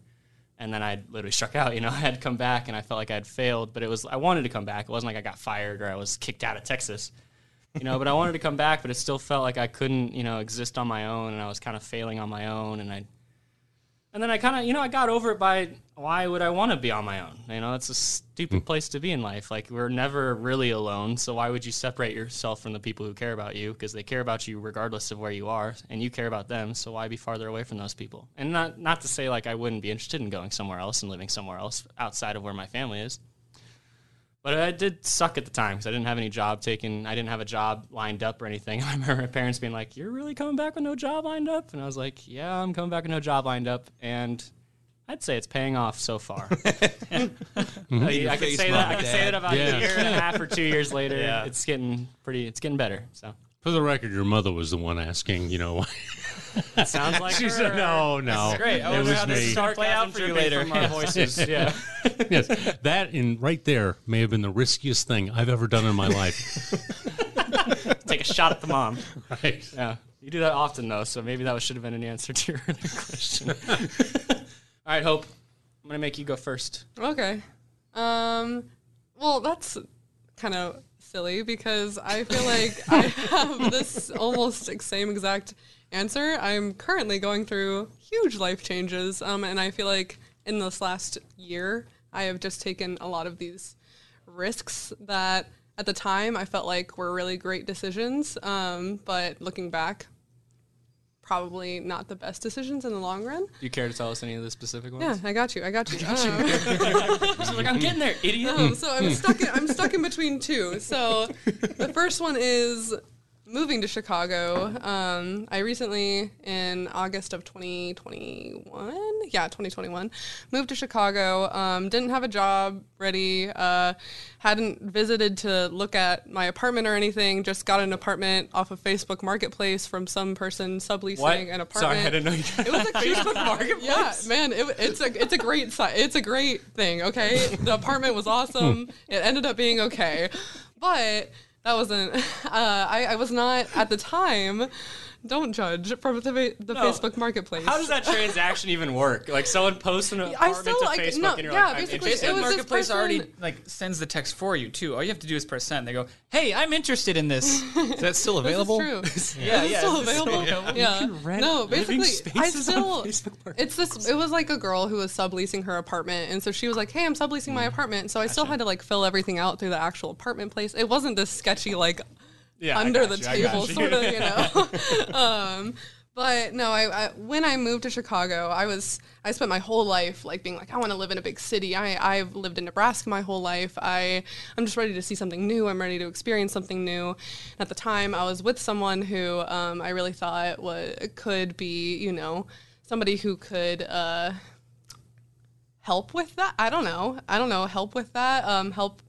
and then I literally struck out. You know, I had come back and I felt like I had failed, but it was I wanted to come back. It wasn't like I got fired or I was kicked out of Texas. you know, but I wanted to come back, but it still felt like I couldn't, you know, exist on my own, and I was kind of failing on my own, and I, and then I kind of, you know, I got over it by why would I want to be on my own? You know, that's a stupid place to be in life. Like we're never really alone, so why would you separate yourself from the people who care about you? Because they care about you regardless of where you are, and you care about them, so why be farther away from those people? And not not to say like I wouldn't be interested in going somewhere else and living somewhere else outside of where my family is. But I did suck at the time because I didn't have any job taken. I didn't have a job lined up or anything. I remember my parents being like, "You're really coming back with no job lined up?" And I was like, "Yeah, I'm coming back with no job lined up." And I'd say it's paying off so far.
Mm-hmm.
I, I could
face,
say that.
Mom
I
and
could say that
Dad.
about
Yeah.
a year and a half or two years later.
Yeah.
It's getting pretty. It's getting better. So
For the record, your mother was the one asking, you know,
it sounds like
she
her. Oh,
said, no, no.
is great. I
It
wonder
was
how this
me.
started. Play out
Sarcasm
for you
dripping
later.
From our
Yes.
voices. Yeah.
yes, that and right there may have been the riskiest thing I've ever done in my life.
Take a shot at the mom.
right.
Yeah. You do that often, though, so maybe that should have been an answer to your earlier question. All right, Hope. I'm going to make you go first.
Okay. Um, well, that's kind of silly because I feel like I have this almost ex- same exact answer. I'm currently going through huge life changes, um, and I feel like in this last year, I have just taken a lot of these risks that at the time I felt like were really great decisions, um, but looking back, probably not the best decisions in the long run.
Do you care to tell us any of the specific ones?
Yeah, I got you. I got you. Um,
She's like, I'm getting there, idiot.
Oh, so I'm stuck. In, I'm stuck in between two. So the first one is moving to Chicago. Um, I recently, in August of 2021, yeah, 2021, moved to Chicago. Um, didn't have a job ready. Uh, hadn't visited to look at my apartment or anything. Just got an apartment off of Facebook Marketplace from some person subleasing
What?
an apartment.
Sorry, I didn't know you guys.
It was a Facebook marketplace. Yeah, man, it, it's a it's a great si- it's a great thing. Okay, the apartment was awesome. It ended up being okay, but that wasn't. Uh, I I was not at the time. Don't judge from the, fa- the
No.
Facebook marketplace.
How does that transaction even work? Like, someone posts an apartment
I still
to
like-
Facebook
no,
and you're
yeah,
like, I'm
basically,
interested.
it was- this
marketplace already
person-
like sends the text for you too. All you have to do is press send. They go, "Hey, I'm interested in this."
Is that still available?
This is true.
Yeah,
Is it
yeah,
Still
it's still
available.
available.
yeah.
You can rent
no,
living
basically, I
spaces on
still.
Facebook Marketplace.
It's this. It was like a girl who was subleasing her apartment, and so she was like, "Hey, I'm subleasing
Mm.
my apartment." So I still had to like fill everything out through the actual apartment place. It wasn't this sketchy like
Yeah, I
under
got
the
you, I got
table
you.
sort of, you know. um, but no, I, I when I moved to Chicago, I was I spent my whole life like being like I want to live in a big city. I I've lived in Nebraska my whole life. I I'm just ready to see something new. I'm ready to experience something new. At the time, I was with someone who um, I really thought was could be you know somebody who could. Uh, help with that i don't know i don't know help with that um, help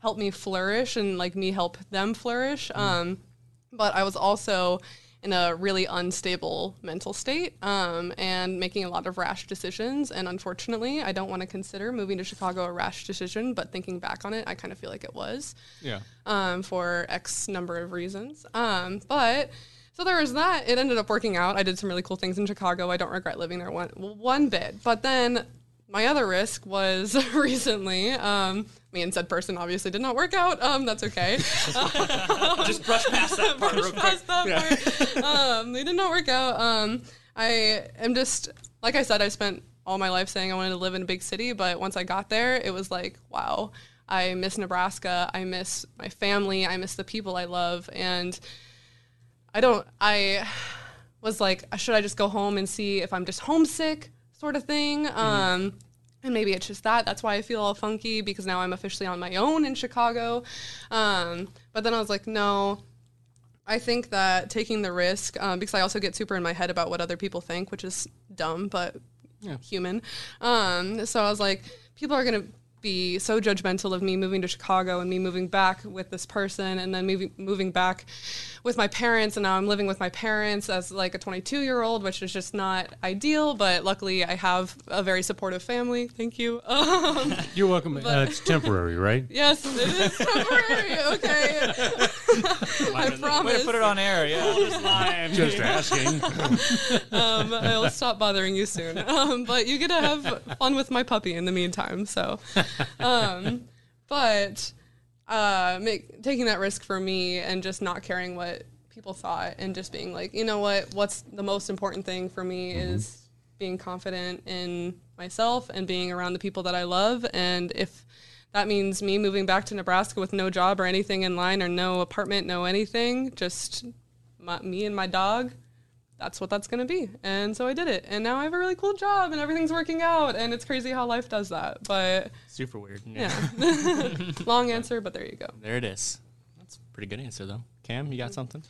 help me flourish and like me help them flourish. Um, but I was also in a really unstable mental state um, and making a lot of rash decisions. And unfortunately, I don't want to consider moving to Chicago a rash decision, but thinking back on it, I kind of feel like it was
Yeah.
um, for X number of reasons. Um, but so there was that. It ended up working out. I did some really cool things in Chicago. I don't regret living there one one bit. But then my other risk was recently. Um, me and said person obviously did not work out. Um, that's okay.
Just brush past that part real quick.
That's that part. um, they did not work out. Um, I am just like I said, I spent all my life saying I wanted to live in a big city, but once I got there, it was like, wow, I miss Nebraska. I miss my family. I miss the people I love, and I don't. I was like, should I just go home and see if I'm just homesick, sort of thing.
Mm-hmm.
Um, and maybe it's just that. That's why I feel all funky because now I'm officially on my own in Chicago. Um, but then I was like, no, I think that taking the risk, um, because I also get super in my head about what other people think, which is dumb, but human. Um, so I was like, people are going to be so judgmental of me moving to Chicago and me moving back with this person and then moving, moving back with my parents. And now I'm living with my parents as like a 22 year old, which is just not ideal. But luckily, I have a very supportive family. Thank you. Um,
You're welcome. uh, it's temporary, right?
yes, it is temporary. Okay. I promise.
Way to put it on air. Yeah.
Just asking.
um, I'll stop bothering you soon. Um, but you get to have fun with my puppy in the meantime. So, um, but uh, make, taking that risk for me and just not caring what people thought and just being like, you know what, what's the most important thing for me is being confident in myself and being around the people that I love. And if that means me moving back to Nebraska with no job or anything in line or no apartment, no anything, just my, me and my dog, that's what that's going to be. And so I did it. And now I have a really cool job and everything's working out. And it's crazy how life does that. But
Super weird.
yeah. Long answer, but there you go.
There it is. That's a pretty good answer, though. Cam, you got something?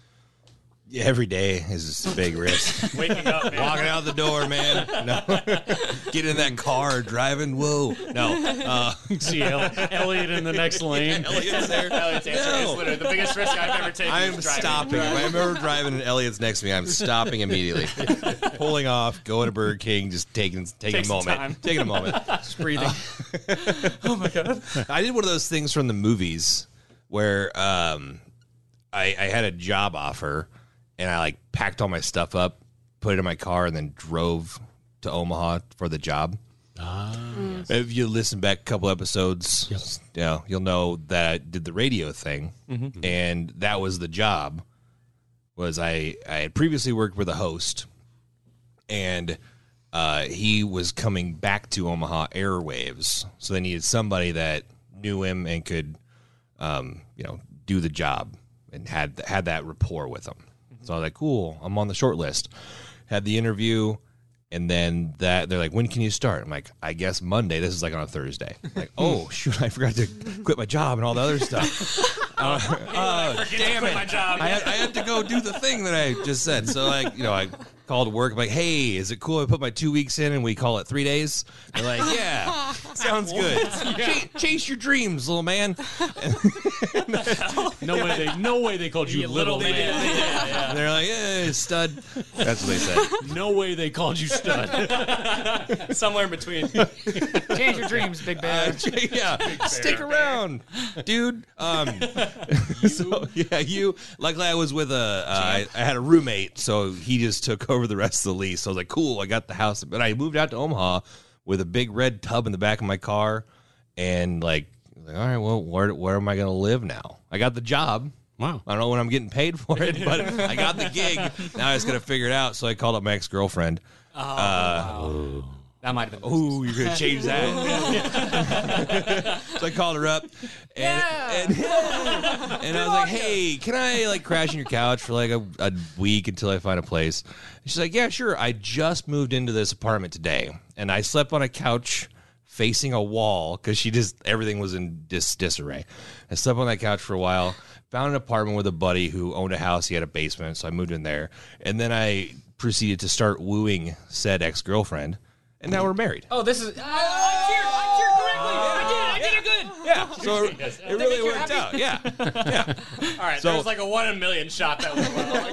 Yeah, every day is just a big risk.
Waking up, man.
Walking out the door, man. No, get in that car, driving. Whoa, no. Uh,
See El- Elliot in the next lane.
Elliot's there.
Elliot's answer
No.
is literally the biggest risk I've ever taken.
I'm
is driving.
stopping. If I'm ever driving and Elliot's next to me, I'm stopping immediately, pulling off, going to Burger King, just taking taking
Takes
a
some
moment,
time.
taking a moment.
Just breathing. oh my god.
I did one of those things from the movies where um, I, I had a job offer and I like packed all my stuff up, put it in my car, and then drove to Omaha for the job. Ah. If you listen back a couple episodes, you know, you'll know that I did the radio thing, and that was the job. Was I I had previously worked with a host, and uh, he was coming back to Omaha Airwaves, so they needed somebody that knew him and could, um, you know, do the job and had had that rapport with him. So I was like, "Cool, I'm on the short list." Had the interview, and then that they're like, "When can you start?" I'm like, "I guess Monday." This is like on a Thursday. I'm like, oh shoot, I forgot to quit my job and all the other stuff.
Damn it. my job.
I had, I had to go do the thing that I just said. So like, you know, I called work. I'm like, hey, is it cool? I put my two weeks in and we call it three days. They're like, yeah, sounds good. Chase, chase your dreams, little man.
No way they no way they called you,
You
little, man.
And they're like, yeah, stud. That's what they said.
No way they called you stud.
Somewhere in between.
Change your dreams, big
Uh,
bad.
yeah, stick around, dude. Um, so yeah, you. Luckily, I was with a. Uh, I, I had a roommate, so he just took over the rest of the lease. So I was like, cool, I got the house, but I moved out to Omaha with a big red tub in the back of my car, and like, like, all right, well, where where am I gonna live now? I got the job.
Wow.
I don't know when I'm getting paid for it, but I got the gig. Now I just gotta figure it out. So I called up my ex girlfriend.
That might have been.
Ooh, you're gonna change that. so I called her up, and and, and I was like, "Hey, can I like crash on your couch for like a, a week until I find a place?" And she's like, "Yeah, sure. I just moved into this apartment today, and I slept on a couch facing a wall because she just everything was in dis- disarray. I slept on that couch for a while." Found an apartment with a buddy who owned a house. He had a basement, so I moved in there, and then I proceeded to start wooing said ex girlfriend, and now we're married.
Oh, this is. I, I cheered. I cheered correctly. I did it. I did it good.
Yeah, so it, it really worked out. Yeah, yeah.
All right,
So-
there was like a one in a million shot that went well. Like,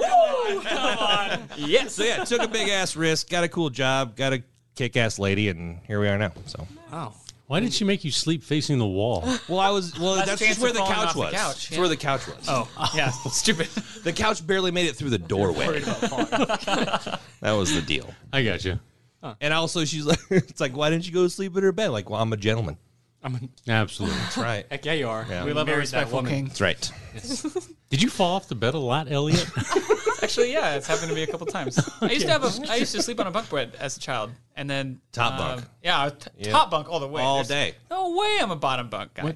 come on.
So yeah, took a big ass risk, got a cool job, got a kick ass lady, and here we are now. So
Wow.
Why did she make you sleep facing the wall?
well, I was well.
Less
That's
chance
just where
of
the
falling
couch
off the
was.
couch,
That's
yeah.
where the couch was.
Oh, yeah, stupid.
the couch barely made it through the doorway. that was the deal.
I got you.
And also, she's like, it's like, why didn't you go sleep in her bed? Like, well, I'm a gentleman.
I'm a,
Absolutely.
That's right.
heck yeah, you are.
Yeah.
We love a
Married that
respectful
woman.
king.
That's right.
Did you fall off the bed a lot, Elliot?
Actually, yeah, it's happened to me a couple times. I used to have a, I used to sleep on a bunk bed as a child, and then
Top
um,
bunk.
Yeah, I was t- top bunk all the way.
All
There's
day.
No way, I'm a bottom bunk guy.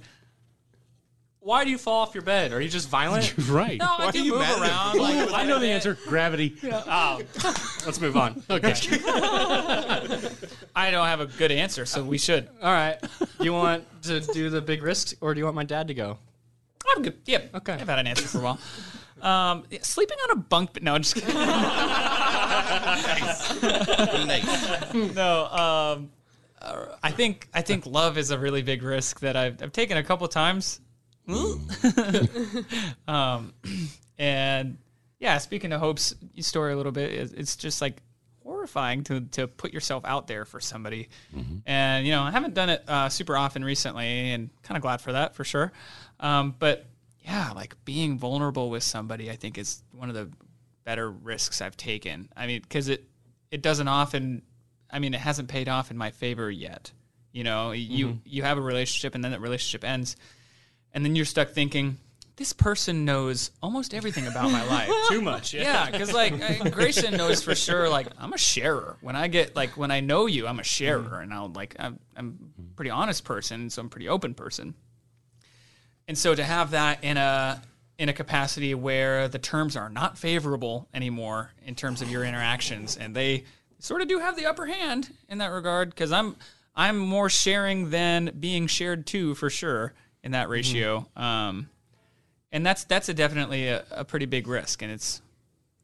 Why do you fall off your bed? Are you just violent?
right.
No, I
are
do
you
move
mad at
around. Like,
I know the answer. Gravity.
oh, let's move on.
Okay.
I don't have a good answer, so we should.
All right. Do you want to do the big risk or do you want my dad to go?
I'm good. Yep.
Okay.
I've had an answer for a while. Um, yeah, sleeping on a bunk bed. No, I'm just kidding.
nice.
no, um, uh, I think I think love is a really big risk that I've, I've taken a couple times. um, and yeah, speaking of Hope's story a little bit, it's- it's just like horrifying to to put yourself out there for somebody. And you know, I haven't done it uh, super often recently, and kind of glad for that for sure. Um, but yeah, like being vulnerable with somebody, I think is one of the better risks I've taken. I mean, because it it doesn't often I mean, it hasn't paid off in my favor yet. You know, you you have a relationship and then that relationship ends, and then you're stuck thinking this person knows almost everything about my life.
Too much.
Yeah, because like I- Grayson knows for sure. Like I'm a sharer. When I get like when I know you, I'm a
Mm-hmm.
sharer, and I'll like I'm, I'm a pretty honest person, so I'm a pretty open person. And so to have that in a in a capacity where the terms are not favorable anymore in terms of your interactions, and they sort of do have the upper hand in that regard, because I'm I'm more sharing than being shared to for sure in
Mm-hmm.
that ratio. Um, and that's that's a definitely a, a pretty big risk, and it's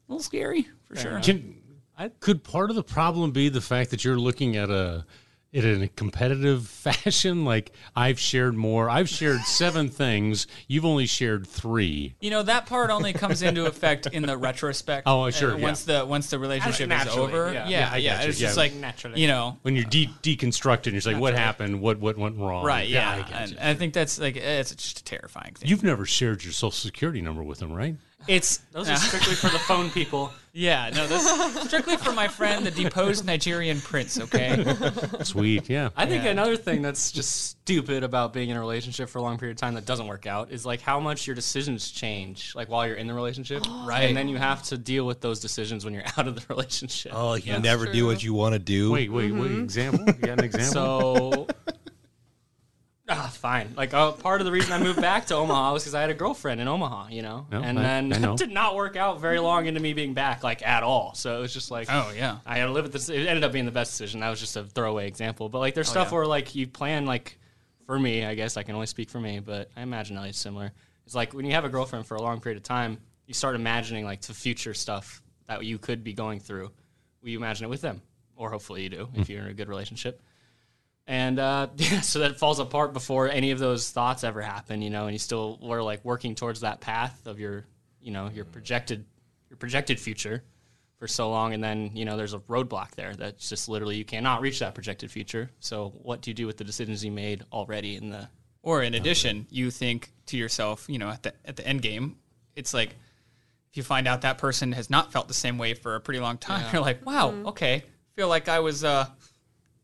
a little scary for sure.
Can, could part of the problem be the fact that you're looking at a it in a competitive fashion? Like I've shared more. I've shared seven things. You've only shared three.
You know that part only comes into effect in the retrospect.
Oh,
uh,
sure, yeah.
Once the once the relationship is
naturally,
over,
yeah.
yeah,
Yeah,
yeah,
I got you,
it's
yeah.
just like
Naturally.
you know,
When you're de- deconstructed, you're just like, what happened? What what went wrong?
right? Yeah,
I get
and
you.
I think that's like it's just a terrifying thing.
You've never shared your social security number with them, right?
it's
Those are strictly for the phone people.
yeah, no, that's strictly for my friend, the deposed Nigerian prince. Okay,
Sweet, yeah.
I think another thing that's just stupid about being in a relationship for a long period of time that doesn't work out is like how much your decisions change, like while you're in the relationship,
Right.
And then you have to deal with those decisions when you're out of the relationship.
Oh, like you never do
true.
what you want to do.
Wait, wait, wait. Example? You got an
So,
example?
ah, fine. Like uh, part of the reason I moved back to Omaha was because I had a girlfriend in Omaha, you know,
No,
and
I-
then
I know.
it did not work out very long into me being back, like at all. So it was just like,
Oh, yeah.
I had to live with this. It ended up being the best decision. That was just a throwaway example, but like there's stuff
Oh, yeah.
where like you plan like for me, I guess I can only speak for me, but I imagine it's similar. It's like when you have a girlfriend for a long period of time, you start imagining like the future stuff that you could be going through. Will you imagine it with them? Or hopefully you do
Hmm.
if you're in a good relationship and uh, yeah, so that falls apart before any of those thoughts ever happen, you know. And you still were like working towards that path of your, you know, your projected, your projected future for so long, and then you know there's a roadblock there that's just literally you cannot reach that projected future. So what do you do with the decisions you made already in the?
Or in addition, you think to yourself, you know, at the at the end game, it's like if you find out that person has not felt the same way for a pretty long time, you're like, wow, okay, feel like I was uh,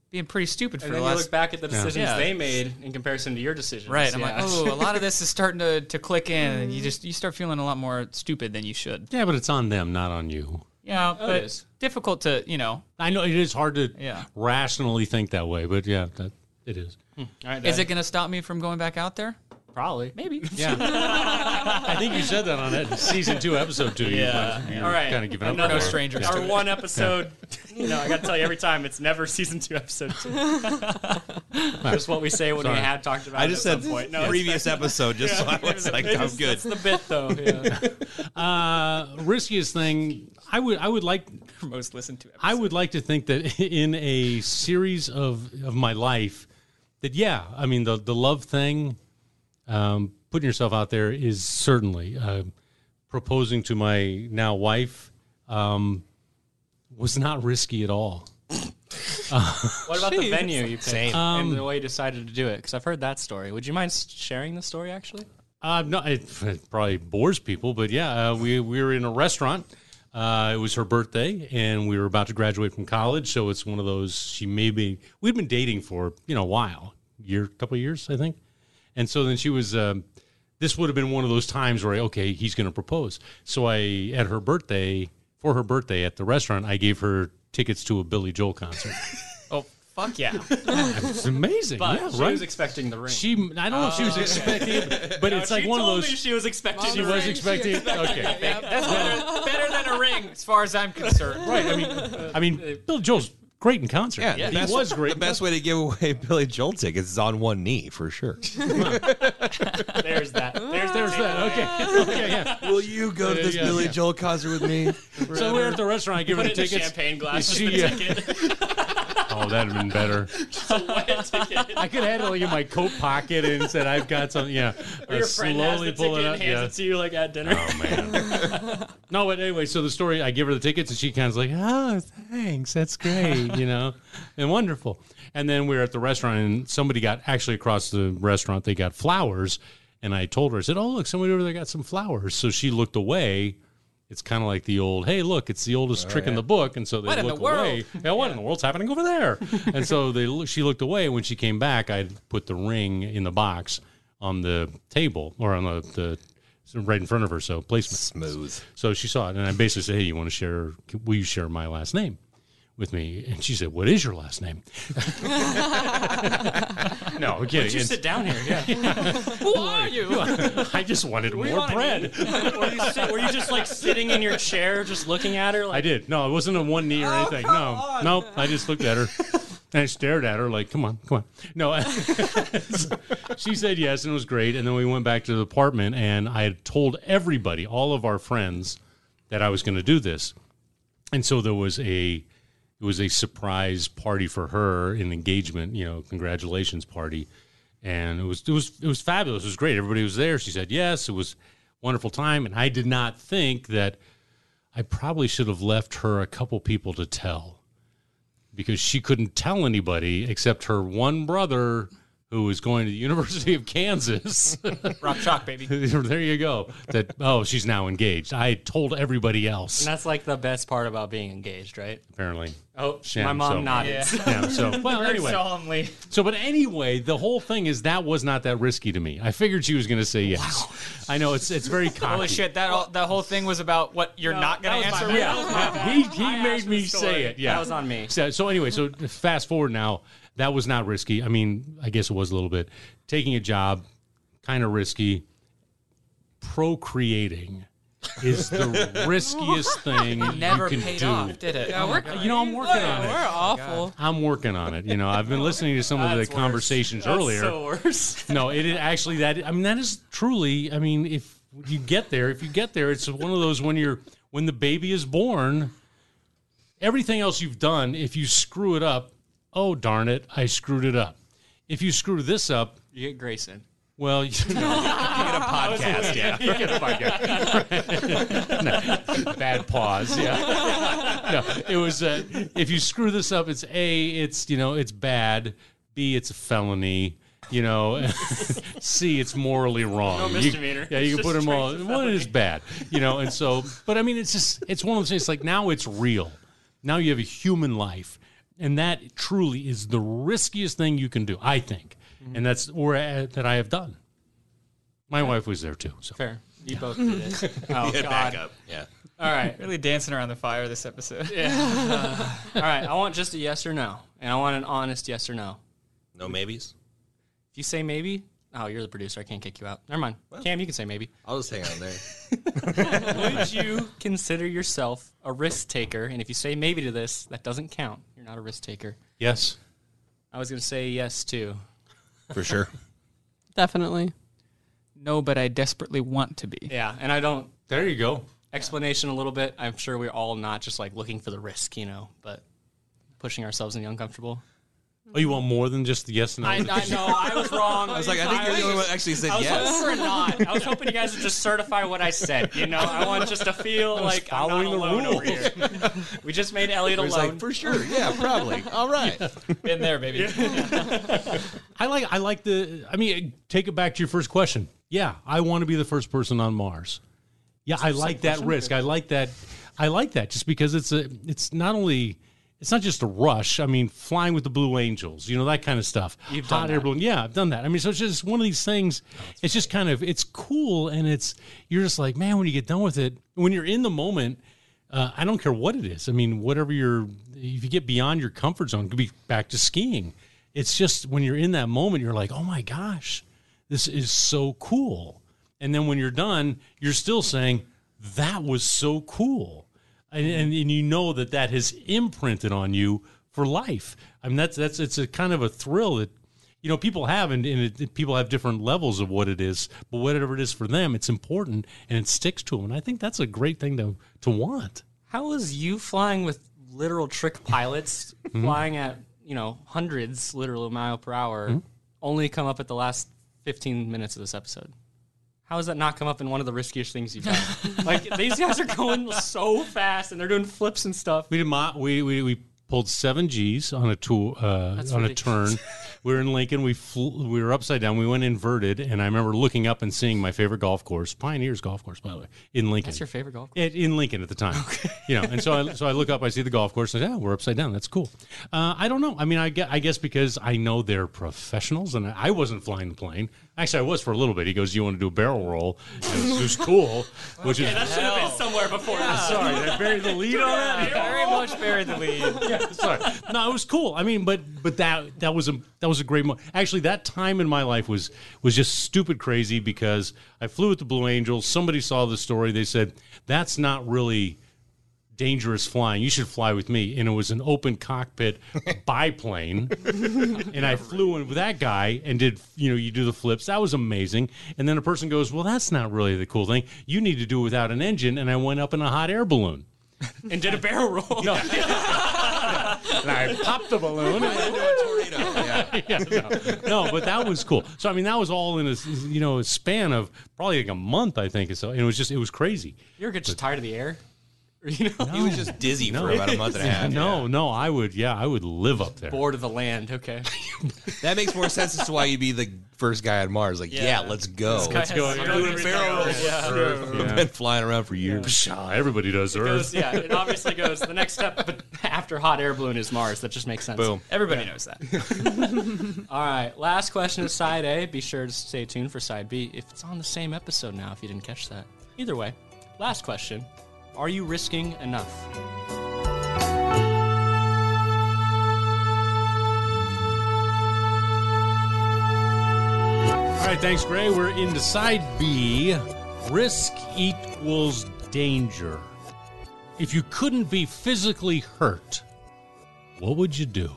being pretty stupid for
And
the
then you
last.
look back at the decisions
Yeah.
they made in comparison to your decisions.
Right, I'm
Yeah.
like, oh, a lot of this is starting to, to click in, and you just you start feeling a lot more stupid than you should.
yeah, but it's on them, not on you.
Yeah,
Oh, it
but
is.
difficult to you know.
I know it is hard to
Yeah.
rationally think that way, but yeah, that it is.
All right,
Is
Dad.
it going to stop me from going back out there?
probably?
Maybe.
Yeah. I think you said that on that season two, episode two.
Yeah.
You,
All right.
Kind of giving up.
Another
on it.
stranger.
Yeah.
Our
Or one episode. You know, I got to tell you every time, it's never season two, episode two. Just what we say when
Sorry.
we had talked about
I
it
just
at
said
some point. No,
no,
it's-
previous episode, just so I was like,
It
I'm
is-
good.
That's the bit, though. Yeah.
Uh, riskiest thing. I would. I would like.
Most listened to. Episode.
I would like to think that in a series of of my life, that yeah, I mean the the love thing, um, putting yourself out there is certainly uh, proposing to my now wife um, was not risky at all.
What about the venue you picked
Same.
Um,
and the way you decided to do it? Because I've heard that story. Would you mind s- sharing the story, actually?
Uh, no, it, it probably bores people, but yeah, uh, we, we were in a restaurant. Uh, it was her birthday, and we were about to graduate from college, so it's one of those she maybe we'd been dating for you know a while, year, couple of years, I think, and so then she was. Um, this would have been one of those times where okay, he's going to propose. So I at her birthday for her birthday at the restaurant, I gave her tickets to a Billy Joel concert.
Oh fuck yeah!
it's amazing,
But
yeah,
she
right?
was expecting the ring.
she, I don't know if she was expecting, it, but it's like
She
one of
told
those.
me she was expecting
she
the
was
ring.
expecting. Okay.
That's better, better than a ring, as far as I'm concerned.
Right. I
uh,
mean, I mean, Bill Joel's great in concert.
Yeah,
he was great.
The best way to give away Billy Joel tickets is on one knee for sure.
There's that. There's, there's
There's
that.
that. Okay. okay. Yeah.
Will you go to
this Yeah, yeah, Billy yeah.
Joel concert with me?
So we're at the restaurant. I give her
Put
the
it in a
tickets.
champagne glass. with
She,
the
uh,
ticket.
Oh, that'd have been better.
It's a wet ticket.
I could have had it like in my coat pocket and said, "I've got something." Yeah.
Or
Uh,
your friend has the ticket and hands
yeah.
it to you like at dinner.
Oh man. no, but anyway, so the story. I give her the tickets, and she kind of like, "Oh, thanks, that's great," you know, and wonderful. And then we were at the restaurant, and somebody got actually across the restaurant. They got flowers, and I told her, I said, "Oh, look, somebody over there got some flowers." So she looked away. It's kind of like the old, "Hey, look, it's the oldest trick in the book," and so they
Oh, What in
look
the world?
away. Yeah, what in the world's happening over there? and so they, she looked away. When she came back, I would put the ring in the box on the table or on the, the so right in front of her, so placement.
Smooth.
So she saw it, and I basically said, "Hey, you want to share? Will you share my last name with me?" And she said, "What is your last name?" no, I'm kidding.
You
It's-
sit down here. Yeah. Who are you?
I just wanted
What do you
more
want,
bread.
Andy? were, you sit, were you just like sitting in your chair, just looking at her? Like,
I did. No, it wasn't on one knee or anything. No, nope. I just looked at her and I stared at her like, "Come on, come on." No, she said yes, and it was great. And then we went back to the apartment, and I had told everybody, all of our friends, that I was going to do this, and so there was a it was a surprise party for her, an engagement, you know, congratulations party, and it was it was it was fabulous. It was great. Everybody was there. She said yes. It was a wonderful time, and I did not think that. I probably should have left her a couple people to tell because she couldn't tell anybody except her one brother who was going to the University of Kansas.
Rock chalk, baby.
there you go. That, oh, she's now engaged. I told everybody else,
and that's like the best part about being engaged, right?
apparently.
Oh,
Yeah,
my mom
so-
nodded.
Yeah.
Yeah, so, well,
Very
anyway.
solemnly.
So, but anyway, the whole thing is that was not that risky to me. I figured she was going to say yes. I know it's it's very cocky.
Holy shit! That all, that whole thing was about what you're not gonna
that was my
answer.
bad.
me?
That was my
Yeah,
bad.
he he
I asked
made
for
me
the story.
say it. Yeah,
That was on me.
So, so anyway, so fast forward now. That was not risky. I mean, I guess it was a little bit taking a job, kind of risky. Procreating is the riskiest thing
Never
you can
paid
do.
off, did it?
Yeah,
Oh my
we're-
God.
You know, I'm working on
We're
it. Oh
awful.
I'm working on it. You know, I've been listening to some of the
That's worse.
conversations
That's
earlier.
so worse.
No, it is actually that. I mean, that is truly. I mean, if you get there, if you get there, it's one of those when you're when the baby is born. Everything else you've done, if you screw it up, oh darn it, I screwed it up. If you screw this up,
You get Grayson.
well, you know,
Podcast, yeah.
you get a podcast. No, bad pause. Yeah, no, it was. Uh, if you screw this up, it's a. It's you know, it's bad. B, it's a felony. You know, C, it's morally wrong.
No
You-
misdemeanor.
yeah,
It's
you can put
just
them all.
straight to
One is bad, you know, and so. But I mean, it's just it's one of those things. Like now, it's real. Now you have a human life, and that truly is the riskiest thing you can do, I think,
Mm-hmm.
and that's or uh, that I have done. My wife was there too. So
Fair. You both did it. Oh
Yeah,
God.
back up. Yeah.
All right.
Really dancing around the fire this episode.
All right. I want just a yes or no, and I want an honest yes or no.
No maybes.
If you say maybe, oh, you're the producer. I can't kick you out. Never mind. Cam, you can say maybe.
I'll just hang out there.
Would you consider yourself a risk taker? And if you say maybe to this, that doesn't count. You're not a risk taker.
yes,
I was going to say yes too.
For sure.
Definitely.
No, but I desperately want to be.
Yeah, and I don't.
there you go.
Explanation a little bit. I'm sure we're all not just like looking for the risk, you know, but pushing ourselves in the uncomfortable.
Oh, you want more than just the yes and no?
I, I know I was wrong. I
It's like, I think you're the only one that actually said
I was
yes.
hoping for a nod. I was hoping you guys would just certify what I said. You know, I want just to feel like I'm
following
not
the
alone over here. We just made Elliot
It's
alone.
like, for sure. Yeah, probably. All right.
Been there, baby.
I like I like the I mean take it back to your first question. Yeah, I want to be the first person on Mars. Yeah, I like that risk. I like that I like that just because it's a it's not only it's not just a rush. I mean, flying with the Blue Angels, you know that kind of stuff. You've
done
air
that.
balloon. Yeah, I've done that. I mean, so it's just one of these things. it's just kind of it's cool, and it's you're just like, man, when you get done with it, when you're in the moment, uh, I don't care what it is. I mean, whatever your if you get beyond your comfort zone, it could be back to skiing. It's just when you're in that moment, you're like, oh my gosh, this is so cool. And then when you're done, you're still saying that was so cool and, and, and you know that that has imprinted on you for life. I mean, that's that's it's a kind of a thrill that you know people have, and, and it, people have different levels of what it is, but whatever it is for them, it's important and it sticks to them. And I think that's a great thing to to want.
How is you flying with literal trick pilots flying at, you know, hundreds literal mile per hour only come up at the last 15 minutes of this episode? How has that not come up in one of the riskiest things you've done? like these guys are going so fast and they're doing flips and stuff.
We did my, we, we we pulled seven G's on a tour uh, on a turn. we were in Lincoln. We flew, we were upside down. We went inverted, and I remember looking up and seeing my favorite golf course, Pioneers Golf Course, by the way, in Lincoln.
That's your favorite golf course?
at, in Lincoln at the time. You know, and so I so I look up, I see the golf course, and I say, "Oh, we're upside down. That's cool." Uh, I don't know. I mean, I guess, I guess because I know they're professionals, and I, I wasn't flying the plane. Actually, I was for a little bit. He goes, "You want to do a barrel roll?" It was, it was cool, which is
should have been somewhere before.
sorry. Did I buried the lead on that.
Very much buried the lead.
Yeah, sorry. No, it was cool. I mean, but but that that was a that was a great moment. Actually, that time in my life was was just stupid crazy because I flew with the Blue Angels. Somebody saw the story. They said that's not really dangerous flying. You should fly with me. And it was an open cockpit biplane. and I flew in with that guy and did, you know, you do the flips. That was amazing. And then a person goes, "Well, that's not really the cool thing. You need to do it without an engine." And I went up in a hot air balloon.
and did a barrel roll.
And I popped the balloon.
tornado. Yeah.
yeah, no. No, but that was cool. So I mean, that was all in a you know a span of probably like a month, I think. or So and it was just it was crazy.
You're just tired of the air. You know,
He was just dizzy for about a month and a half.
No, no, I would yeah, I would live up there.
bored of the land. Okay.
That makes more sense as to why you'd be the first guy on Mars. Like, yeah, let's go.
Let's
go.
I'm doing a barrel roll. I've been flying around for years.
Pshaw, Ah, everybody does Earth.
Goes, yeah, it obviously goes. The next step but after hot air balloon is Mars. That just makes sense.
Boom.
Everybody knows that.
All right. Last question is side A. Be sure to stay tuned for side B. If it's on the same episode now, if you didn't catch that. Either way, last question. Are you risking enough?
All right, thanks, Gray. We're into side B. Risk equals danger. If you couldn't be physically hurt, what would you do?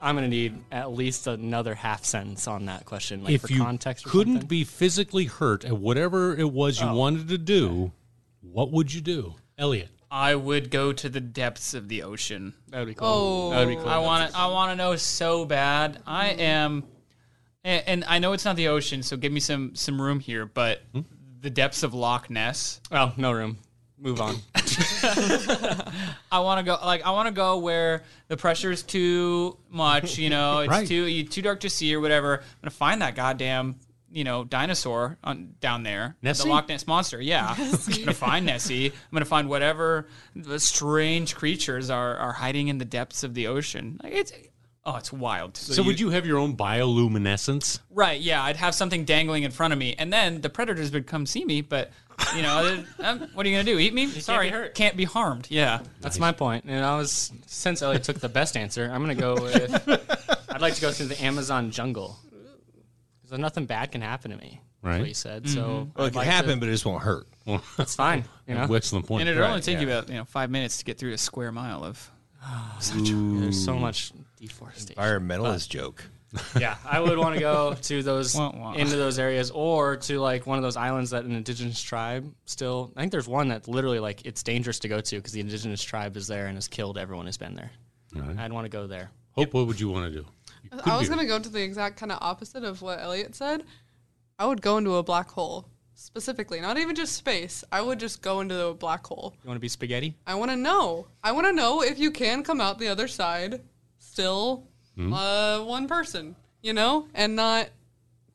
I'm gonna need at least another half sentence on that question, like
if
for
you
context. Or
couldn't
something.
be physically hurt at whatever it was you wanted to do, what would you do, Elliot?
I would go to the depths of the ocean.
that would be cool.
Oh,
That would be cool.
I want to. I want to know so bad. I am, and, and I know it's not the ocean, so give me some some room here. But the depths of Loch Ness.
Well, no room. Move on.
I want to go like I want to go where the pressure is too much. You know, it's
Right.
too you too dark to see or whatever. I'm gonna find that goddamn you know dinosaur on down there.
Nessie?
the Loch Ness monster. Yeah, I'm gonna find Nessie. I'm gonna find whatever the strange creatures are are hiding in the depths of the ocean. Like it's oh, it's wild.
So, would you have your own bioluminescence?
Right, yeah, I'd have something dangling in front of me, and then the predators would come see me. But you know, um, what are you gonna do? Eat me? Sorry,
be hurt.
can't be harmed. Yeah,
That's my point. And I was since Elliot took the best answer, I'm gonna go with I'd like to go through the Amazon jungle. Because nothing bad can happen to me. is
Right.
What he said. So
Mm-hmm. Well, it can happen, but it just won't hurt.
it's fine. You know?
Excellent point.
and it'd
Right,
only take
yeah.
you about you know five minutes to get through a square mile of.
There's so much deforestation.
Environmentalist joke.
Yeah. I would want to go to those
Wah, wah.
into those areas or to like one of those islands that an indigenous tribe still I think there's one that literally like it's dangerous to go to because the indigenous tribe is there and has killed everyone who's been there. I'd want to go there.
Hope, what would you want to do? You could
I was
be-
going to go to the exact kind of opposite of what Elliot said. I would go into a black hole specifically, not even just space. I would just go into a black hole.
You want to be spaghetti?
I want to know. I want to know if you can come out the other side still
Hmm?
uh, one person, you know, and not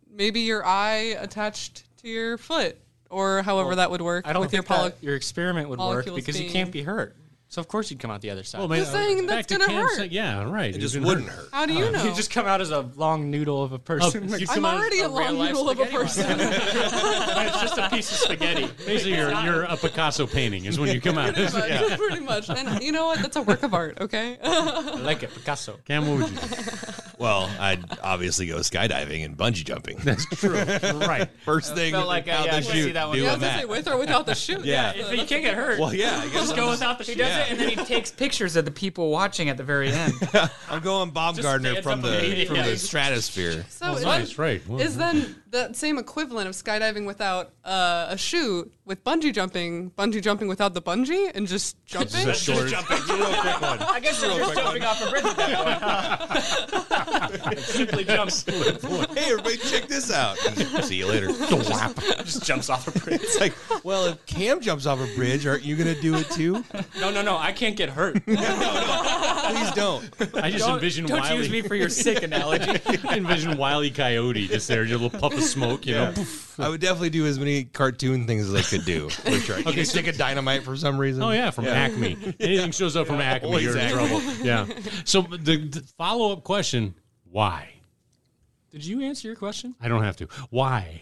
maybe your eye attached to your foot or however that would work.
I don't
with
think
your poly-
that your experiment would work
molecules
because you
being-
can't be hurt. So of course you'd come out the other side.
Well, man,
Just saying
uh, back
that's
to
gonna
Cam's
hurt.
saying- Yeah, right.
It just wouldn't hurt.
How do you know?
You just come out as a long noodle of a person.
you
I'm
come out as
already a, long
real-life
noodle of a
spaghetti
person.
it's just a piece of spaghetti.
Basically, you're, you're a Picasso painting is when you come out.
pretty much, pretty much. And you know what? That's a work of art, okay?
I like it, Picasso.
Cam, what would you do?
Well, I'd obviously go skydiving and bungee jumping.
Right.
First thing
felt like, uh,
out
yeah, I
the
can
chute,
see that one.
doing
yeah, I was gonna
that.
say with or without the shoe.
Yeah.
that's
But you can't get hurt.
well, yeah, I guess I'm,
without the. He does
Yeah.
it, and then he takes pictures of the people watching at the very end.
I'm going Baumgartner
stands
from
up and
the
leaves.
from
Yeah.
the stratosphere.
So is,
Nice, right. Well,
is then that same equivalent of skydiving without uh, a shoe with bungee jumping, bungee jumping without the bungee and just jumping?
Short, real quick one.
I guess you're
just
jumping off a bridge at that point.
Simply jumps,
Hey, everybody, check this out. See you later.
just jumps off a bridge.
It's like, well, if Cam jumps off a bridge, aren't you going to do it too?
No, no, no. I can't get hurt.
Please don't.
I just envision
Don't
Wiley.
use me for your sick analogy.
I envision Wiley Coyote just there, your little puff of smoke, you know. Poof.
I would definitely do as many cartoon things as I could do. For sure. Okay, stick a dynamite for some reason.
Oh yeah, from Acme. Anything shows up from Acme,
always
you're in
Acme.
trouble. Yeah. So the, the follow up question: Why?
Did you answer your question?
I don't have to. Why?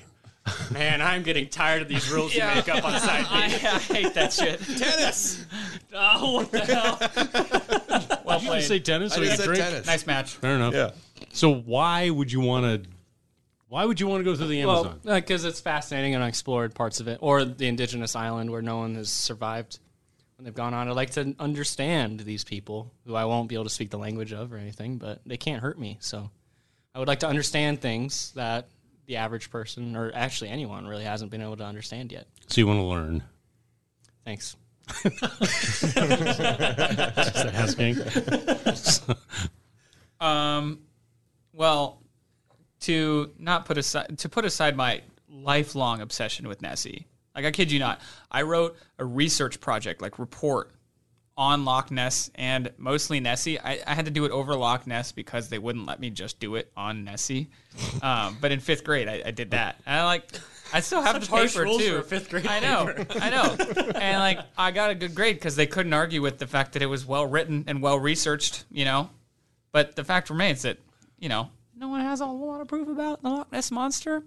Man, I'm getting tired of these rules you make up on side
I, I hate that shit.
Tennis.
Oh, what the hell? well
Did you just
played.
say tennis
I
or you
just said
drink?
tennis.
nice match.
Fair enough.
Yeah.
So why would you want to? Why would you want to go through the Amazon?
Well, because it's fascinating and unexplored parts of it, or the indigenous island where no one has survived when they've gone on. I'd like to understand these people who I won't be able to speak the language of or anything, but they can't hurt me. So I would like to understand things that the average person, or actually anyone, really hasn't been able to understand yet.
so you want to learn?
Thanks.
Is that asking?
Um, well, to not put aside to put aside my lifelong obsession with Nessie. Like I kid you not, I wrote a research project, like report on Loch Ness and mostly Nessie. I, I had to do it over Loch Ness because they wouldn't let me just do it on Nessie. Um, but in fifth grade, I, I did that, and I like. I still have the
harsh
paper
rules
too.
for a fifth grade
I know, I know, and like I got a good grade because they couldn't argue with the fact that it was well written and well researched. You know, but the fact remains that, you know, no one has a whole lot of proof about the Loch Ness Monster.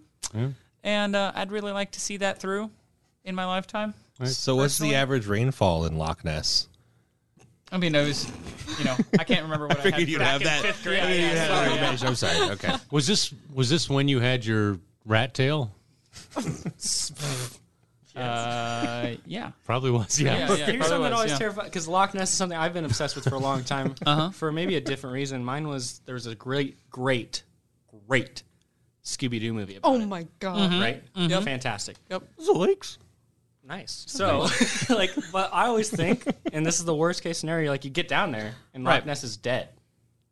And uh, I'd really like to see that through in my lifetime.
So what's the average rainfall in Loch Ness?
I mean, I was, you know, I can't remember what I, had
Figured you'd
back
have
in
that.
fifth grade.
I figured
Yeah,
you'd have
sorry.
that information. I'm sorry. Okay.
Was this was this when you had your rat tail?
Uh, yeah.
Probably was. Yeah.
Yeah, yeah,
Here's something
probably was,
that always
yeah. Uh-huh.
terrified because Loch Ness is something I've been obsessed with for a long time. For maybe a different reason. Mine was there was a great, great, great Scooby Doo movie about
Oh
it,
my god.
Mm-hmm.
right? Fantastic.
Zoinks.
Nice. So, like, but I always think, and this is the worst case scenario. Like, you get down there, and Loch
Right.
Ness is dead.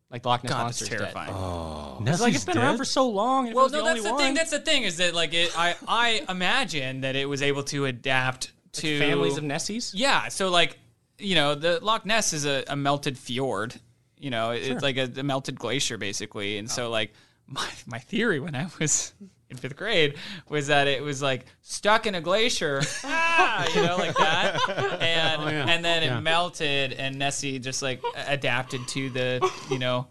Like, the Loch Ness
God,
monster
that's
is
terrifying.
Oh.
dead. It's like it's been around for so long. And
Well,
it was
no,
the
that's
only
the
one.
thing. That's the thing is that, like, it, I, I imagine that it was able to adapt to
families of Nessies.
Yeah, so like you know, the Loch Ness is a, a melted fjord. You know, it- it's like a, a melted glacier basically. And so like my my theory when I was in fifth grade was that it was like stuck in a glacier, ah, you know, like that, and
yeah.
and then
Yeah.
it melted, and Nessie just like a- adapted to the you know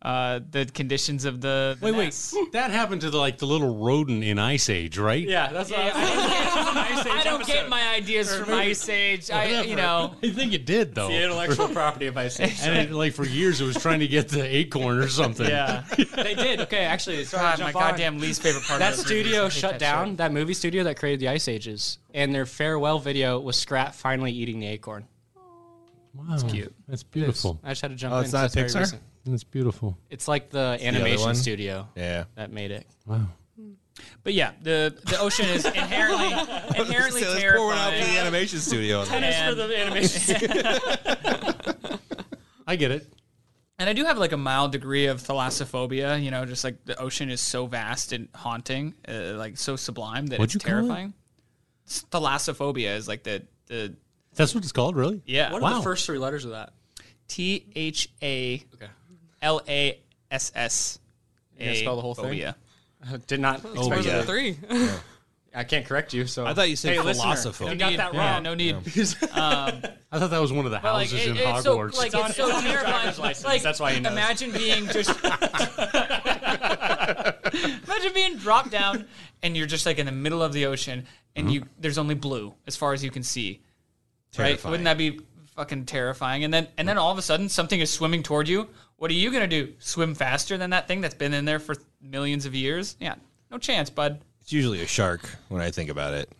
uh, the conditions of the, the
Wait,
nest.
wait. That happened to the, like the little rodent in Ice Age, right?
Yeah, that's what
Yeah, I don't get- I don't get my ideas from Ice Age. I, you know,
I think it did though.
the intellectual property of Ice Age.
and it, like for years, it was trying to get the acorn or something.
yeah.
they did. Okay, actually, sorry,
God,
to
my
jump on.
goddamn least favorite part.
That
of
studio shut down. That movie studio that created the Ice Ages, and their farewell video was Scrat finally eating the acorn.
wow, that's
cute.
That's beautiful.
I just had to jump
Oh,
in.
it's
'cause
not
that's very
Pixar?
recent.
That's beautiful.
It's like the animation
one?
studio
Yeah.
that made it.
Wow.
But yeah, the the ocean is inherently inherently
So let's pour one out for the
terrifying.
animation studio.
And,
I get it.
and I do have like a mild degree of thalassophobia. You know, just like the ocean is so vast and haunting, uh, like so sublime that
What'd
it's
you call it?
terrifying. It's Thalassophobia is like the the
That's what it's called, really.
yeah
What are
Wow.
the first three letters of that?
T H A L A S S.
gonna spell the whole thing?
phobia.
Did not.
Oh,
Or
expect
is
yeah.
it three?
I can't correct you. So
I thought you said
hey, listener,
philosopher.
you got that
Yeah,
wrong.
no need.
I thought that was one of the
But,
houses in
it- it's so-
Hogwarts.
like, it's so terrifying. Like,
That's why he knows.
Imagine being just. imagine being dropped down, and you're just like in the middle of the ocean, and
Hmm?
you there's only blue as far as you can see. Right?
Terrifying.
Wouldn't that be fucking terrifying? And then and then all of a sudden something is swimming toward you. What are you gonna do? Swim faster than that thing that's been in there for millions of years? Yeah, no chance, bud.
It's usually a shark when I think about it.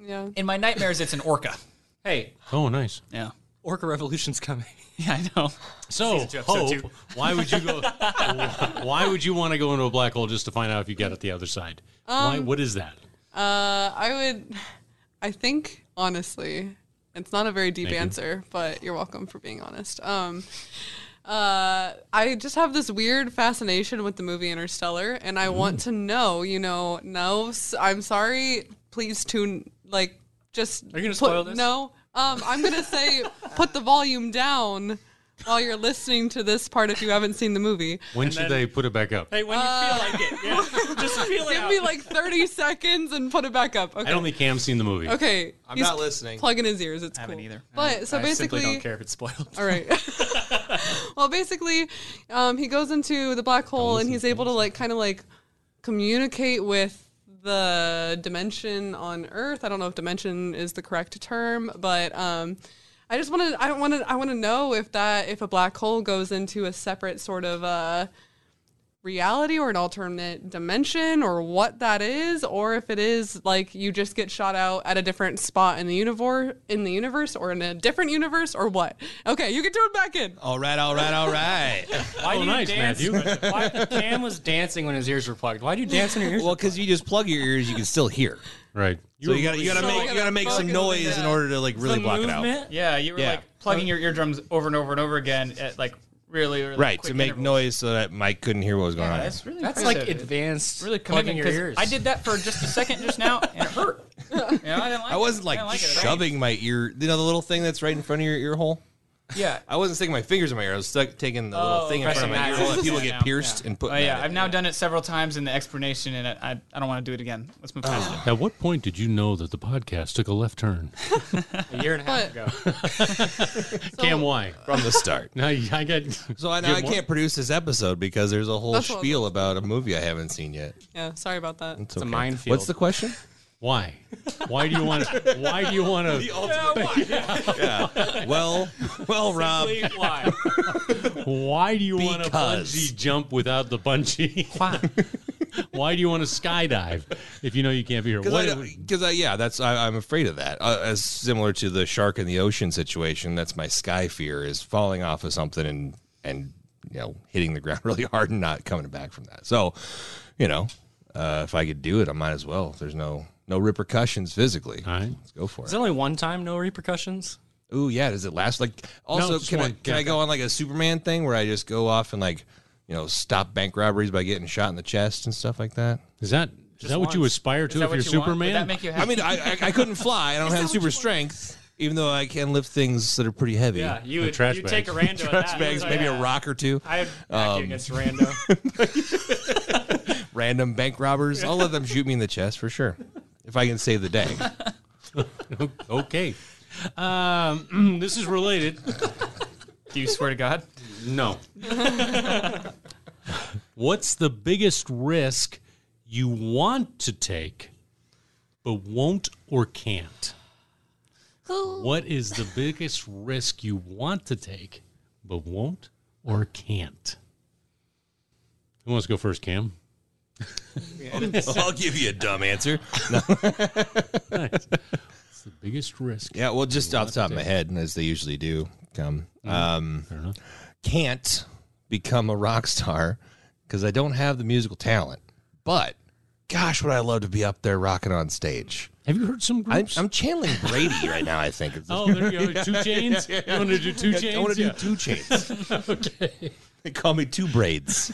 Yeah.
In my nightmares, it's an orca.
Hey,
oh, nice.
Yeah.
Orca Revolution's coming.
Yeah, I know.
So,
two,
Hope,
episode two.
why would you go? why would you want to go into a black hole just to find out if you get at the other side?
Um,
why? What is that?
Uh, I would. I think honestly, it's not a very deep answer, but you're welcome for being honest. Um, uh, I just have this weird fascination with the movie Interstellar, and I want to know. You know, no, s- I'm sorry. Please tune like just. Are
you gonna spoil this?
No, um, I'm gonna say put the volume down while you're listening to this part if you haven't seen the movie.
When should they put it back up?
Hey, when you feel like it, yeah. just feel it.
Uh, Give me like 30 seconds and put it back up. Okay.
I don't think Cam's seen the movie.
Okay,
I'm not listening.
Plugging his ears, it's cool.
haven't either.
But so
I simply
basically,
don't care if it's spoiled.
all right. well, basically, um, he goes into the black hole and he's able to like kind of like communicate with the dimension on Earth. I don't know if dimension is the correct term, but um, I just wanted I want to I want to know if that if a black hole goes into a separate sort of uh, reality or an alternate dimension or what that is or if it is like you just get shot out at a different spot in the universe in the universe or in a different universe or what okay you can do it back in
All right, all right, all right.
Why do you
nice,
dance?
Matthew.
Why, Cam was dancing when his ears were plugged. Why do you dance when your ears?
well, because you just plug your ears, you can still hear.
Right.
So you gotta you gotta
So
make
I
you
gotta
gotta make
focus
some
on
noise
that.
in order to like really block it out.
Yeah, you were
Yeah.
like plugging your eardrums over and over and over again at like really, really
Right,
quick
to make
intervals.
noise so that Mike couldn't hear what was going
Yeah,
on.
that's really
That's like
impressive.
advanced
really
plugging
committing
your ears.
I did that for just a second just now and it hurt. You know, I didn't like
I wasn't
it.
like,
I didn't it at all.
shoving my ear, you know, the little thing that's right in front of your ear hole.
Yeah.
I wasn't sticking my fingers in my ear. I was stuck taking the little
Oh,
thing in front of my ear
pressing
hole, and
that.
people
Yeah,
get
now,
pierced and put.
Oh yeah, I've now done it several times in the explanation, and I, I, I don't want to do it again. Let's move
Oh.
past it.
At what point did you know that the podcast took a left turn?
a year and a half ago.
Cam, why?
from the start.
No, I got.
So I, now I can't produce this episode because there's a whole
That's what-
spiel about a movie I haven't seen yet.
yeah sorry about that
It's, a
minefield.
What's the question?
Why? Why do you want? to? Why do you want to?
well, well, Rob.
Why?
Why do you want to
Because.
bungee jump without the bungee?
Wow.
why do you want to skydive if you know you can't be here? What-
Because I, yeah, that's I, I'm afraid of that. Uh, as similar to the shark in the ocean situation, that's my sky fear is falling off of something and and you know hitting the ground really hard and not coming back from that. So, you know, uh, if I could do it, I might as well. There's no no repercussions physically.
All right.
Let's go for
Is it
it.
only one time? No repercussions.
Ooh, yeah. Does it last? Like, also,
just
can I
one.
can I go on like a Superman thing where I just go off and like, you know, stop bank robberies by getting shot in the chest and stuff like that?
Is that is that what you
once.
aspire to
Is that
if
what
you're
you want? Would
Superman?
that make you happy?
I mean, I, I, I couldn't fly. I don't have super strength, even though I can lift things that are pretty heavy.
Yeah, you
The
would
trash
you
bags.
take a rando. at
Trash
that.
bags,
Yeah.
maybe a rock or two.
I would back
Um,
you against rando.
Random bank robbers. I'll let them shoot me in the chest for sure. If I can save the day.
okay. Um, this is related.
do you swear to God?
No. What's the biggest risk you want to take but won't or can't? What is the biggest risk you want to take but won't or can't? Who wants to go first, Cam?
I'll give you a dumb answer.
It's the biggest risk.
Yeah, well, just off the top of my head, as they usually do, come. Um,
enough.
can't become a rock star because I don't have the musical talent. But gosh, would I love to be up there rocking on stage.
Have you heard some
I'm,
groups?
I'm channeling Brady right now, I think. is the-
oh, there you go. Two chains? You want to do two chains?
I want to
Yeah.
do two chains. They call me two braids.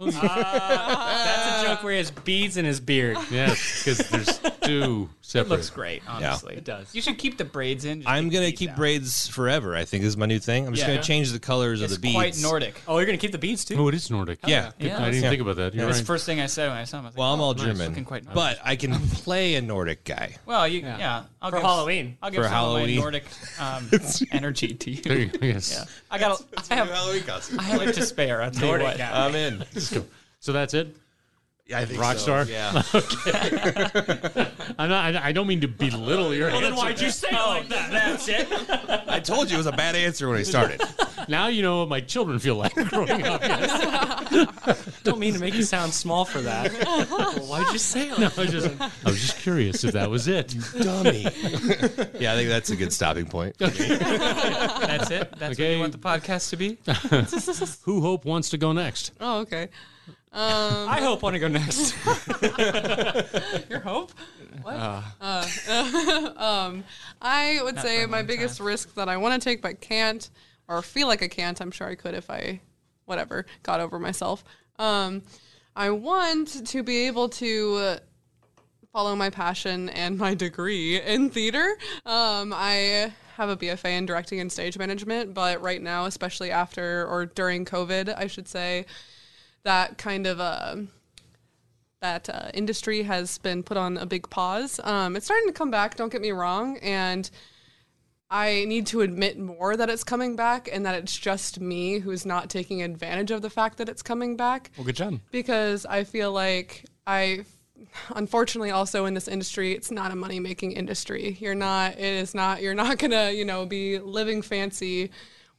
That's a joke where he has beads in his beard.
Yes, because there's two separate.
Looks great, honestly.
It does.
You should keep the braids in. just
I'm gonna
beads
keep
out.
braids forever. I think is my new thing. I'm just
Yeah.
gonna change the colors
It's
of the beads.
quite Nordic.
Oh, you're gonna keep the beads too.
Oh, it is Nordic.
Yeah.
Good-
Yeah.
I didn't
Yeah.
think about that. You're
That's
right.
the first thing I said when I saw him. I was like,
Well, I'm
oh,
all
nice,
German,
looking quite Nordic.
but I can play a Nordic guy.
well, you, yeah, I'll
For
give,
Halloween.
I'll give
For
some of my
Halloween.
Nordic um, energy to you.
There you go. Yes.
Yeah, I got. a- I have. I have it to spare. I'll tell you
Nordic
what.
guy.
I'm in.
So that's it.
Yeah, I think
Rock
so.
star?
Yeah.
I'm not, I, I don't mean to belittle your answer.
you say it like that? That's it.
I told you it was a bad answer when I started.
Now you know what my children feel like growing up. Yes.
Don't mean to make you sound small for that. Well, why'd you say it?
No, I, was just, I was just curious if that was it.
Dummy. yeah, I think that's a good stopping point.
That's it. That's what
Okay.
you want the podcast to be.
Who Hope wants to go next?
oh okay um
I hope want to go next.
your hope what Uh, um i would say my biggest risk that i want to take but can't or feel like i can't i'm sure i could if i whatever got over myself um i want to be able to uh, follow my passion and my degree in theater. Um, I have a BFA in directing and stage management, but right now, especially after or during COVID, I should say, that kind of uh, that uh, industry has been put on a big pause. Um, it's starting to come back. Don't get me wrong, and. I need to admit more that it's coming back and that it's just me who's not taking advantage of the fact that it's coming back
well, good job.
because I feel like I unfortunately also in this industry it's not a money making industry you're not it is not you're not gonna you know be living fancy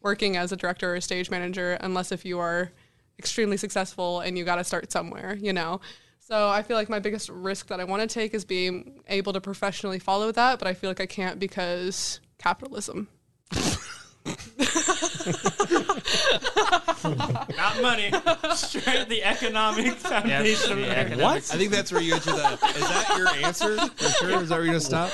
working as a director or a stage manager unless if you are extremely successful and you got to start somewhere you know so i feel like my biggest risk that i want to take is being able to professionally follow that but i feel like i can't because capitalism
Not money. Straight the economic foundation of America.
I think that's where you answer that. Is that your answer for sure? Is that where you're gonna stop?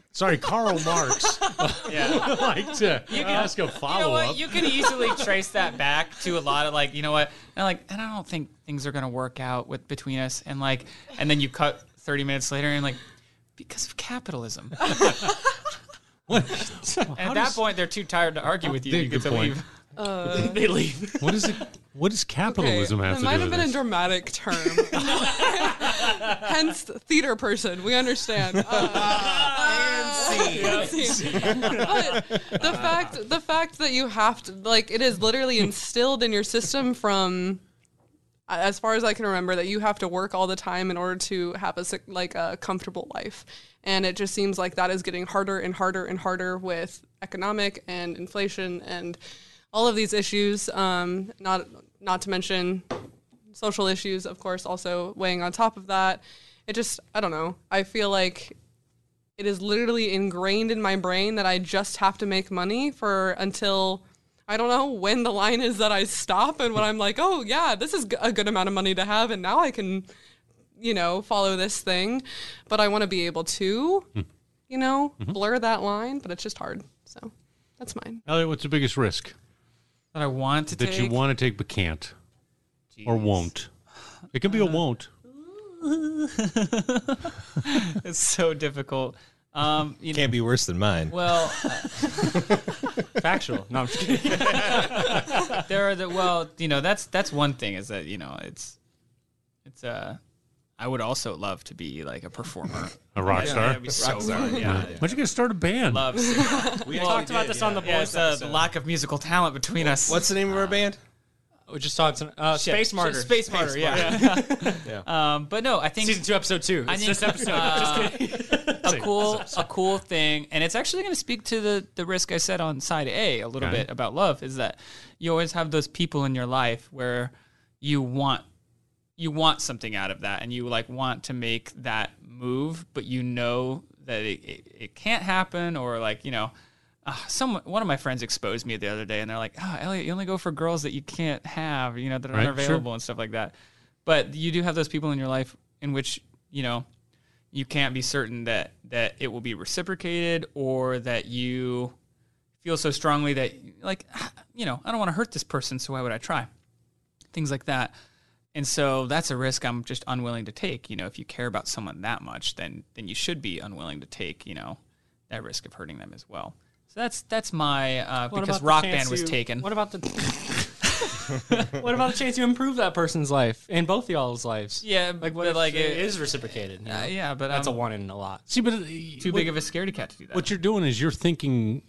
Sorry, Karl Marx.
Yeah.
like to ask a follow
You know
up.
what? You can easily trace that back to a lot of like, you know what? And like, and I don't think things are gonna work out with between us. And like, and then you cut 30 minutes later and like, because of capitalism. And at that point, they're too tired to argue with you.
Good
You get to
point.
leave.
They leave.
what is it? What does capitalism
Okay,
have to
It might
do
have
with
been a
this?
dramatic term. Hence, theater person. We understand. and but the fact, the fact that you have to, like, it is literally instilled in your system from, as far as I can remember, that you have to work all the time in order to have a sic- like a comfortable life. And it just seems like that is getting harder and harder and harder with economic and inflation and all of these issues. Um, not not to mention social issues, of course, also weighing on top of that. It just, I don't know. I feel like it is literally ingrained in my brain that I just have to make money for until I don't know when the line is that I stop and when I'm like, oh, yeah, this is g- a good amount of money to have. And now I can, you know, follow this thing. But I want to be able to, you know, blur that line, but it's just hard. So that's mine.
Elliot, what's the biggest risk
That I want to
that
take.
you want to take but can't or won't? It can be a won't.
It's so difficult. Um, you know,
Can't be worse than mine.
well,
Factual. No, I'm just kidding.
there are the well, you know, that's that's one thing is that you know it's it's uh I would also love to be like a performer.
A rock star.
That'd be so fun. Yeah.
Why don't you guys start a band?
Love seeing that.
We talked about this on the
Yeah,
boys.
it's uh, the lack of musical talent between us.
What's the name of our band?
we just talked. Uh, Space Martyr.
Space Martyr, yeah. Um, but no, I think
Season two, episode two. It's
I think
this episode. just
uh,
kidding.
a cool a cool thing, and it's actually going to speak to the the risk I said on side A a little
Okay.
bit about love is that you always have those people in your life where you want you want something out of that, and you like want to make that move, but you know that it, it, it can't happen, or like you know. Uh, someone, one of my friends exposed me the other day, and they're like, "Oh, Elliot, you only go for girls that you can't have, you know, that are
Right, sure.
unavailable and stuff like that." But you do have those people in your life in which you know you can't be certain that that it will be reciprocated or that you feel so strongly that like you know i don't want to hurt this person so why would i try things like that and so that's a risk i'm just unwilling to take you know if you care about someone that much then then you should be unwilling to take you know that risk of hurting them as well so that's that's my uh,
What about
because
the
rock
chance
band was
you-
taken
What about the? what about the chance you improve that person's life and both y'all's lives?
yeah like
what
what like
it
it is
is reciprocated? you know?
yeah but
that's
that's
a one in a lot.
See, but uh,
too
what,
big of a scaredy cat to do that
what you're doing is you're thinking,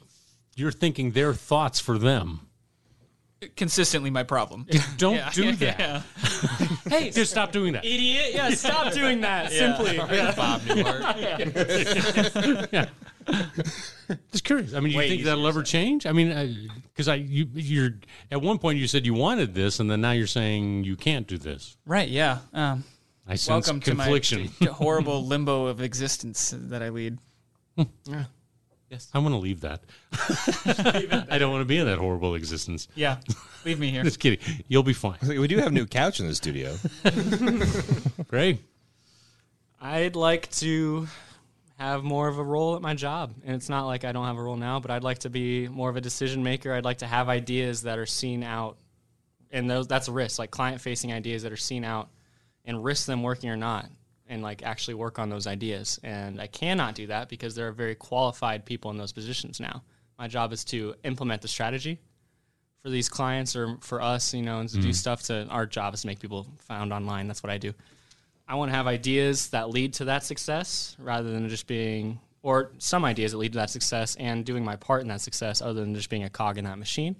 you're thinking their thoughts for them.
consistently my problem
Don't
Yeah,
do
yeah,
that.
yeah.
Hey,
Just stop doing that.
idiot! Yeah, stop doing that. Simply.
Bob Newhart.
Just curious. I mean, do you
Way
think
easier
that'll ever change? I mean, because I, you, you're at one point you said you wanted this, and then now you're saying you can't do this.
right yeah um,
I sense
welcome to my
confliction.
d- horrible limbo of existence that I lead.
I want to leave that. I don't want to be in that horrible existence.
Yeah, leave me here.
Just kidding. You'll be fine.
We do have a new couch in the studio.
Great.
I'd like to have more of a role at my job. And it's not like I don't have a role now, but I'd like to be more of a decision maker. I'd like to have ideas that are seen out and those that's a risk, like client facing ideas that are seen out and risk them working or not and like actually work on those ideas. And I cannot do that because there are very qualified people in those positions now. My job is to implement the strategy for these clients or for us, you know, and to do stuff to our job is to make people found online. That's what I do. I want to have ideas that lead to that success rather than just being, or some ideas that lead to that success and doing my part in that success other than just being a cog in that machine.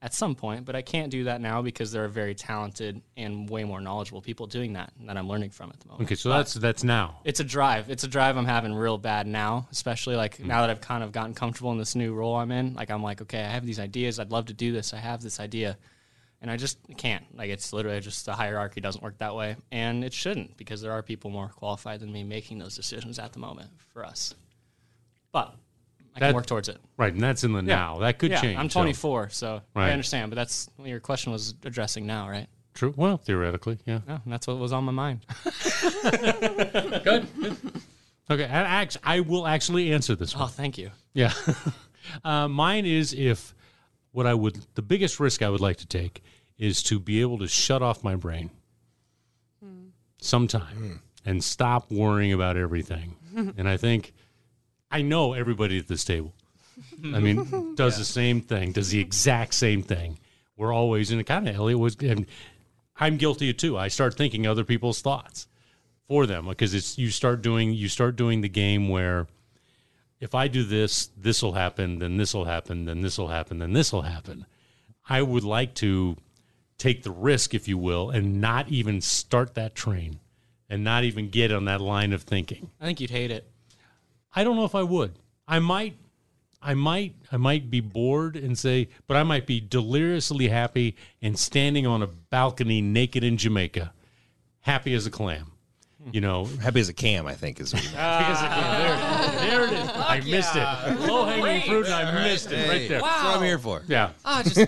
at some point, but I can't do that now because there are very talented and way more knowledgeable people doing that that I'm learning from at the moment.
Okay, so that's that's now.
It's a drive. It's a drive I'm having real bad now, especially like now that I've kind of gotten comfortable in this new role I'm in. Like I'm like, okay, I have these ideas. I'd love to do this. I have this idea. And I just can't. Like it's literally just the hierarchy doesn't work that way. And it shouldn't because there are people more qualified than me making those decisions at the moment for us. But I
That-
can work towards it.
Right, and that's in the now. That could
yeah,
change.
I'm
so-
24, so,
Right.
I understand. But that's what your question was addressing now, right?
True. Well, theoretically, yeah.
Yeah, and that's what was on my mind.
Okay, I, act- I will actually answer this one.
Oh, thank you.
Yeah. uh, mine is if what I would, the biggest risk I would like to take is to be able to shut off my brain sometime and stop worrying about everything. and I think, I know everybody at this table. I mean, does the same thing, does the exact same thing. We're always, and kind of Elliot was, and I'm guilty too. I start thinking other people's thoughts for them because it's, you start doing, you start doing the game where, if I do this, this will happen, then this will happen, then this will happen, then this will happen. I would like to take the risk, if you will, and not even start that train and not even get on that line of thinking.
I think you'd hate it.
I don't know if I would. I might, I might, I might be bored and say, but I might be deliriously happy and standing on a balcony naked in Jamaica, happy as a clam. You know,
Happy as a cam, I think is.
there it is. I missed it. Low hanging fruit, and I missed it right there.
That's what I'm here for.
Yeah.
Ah, just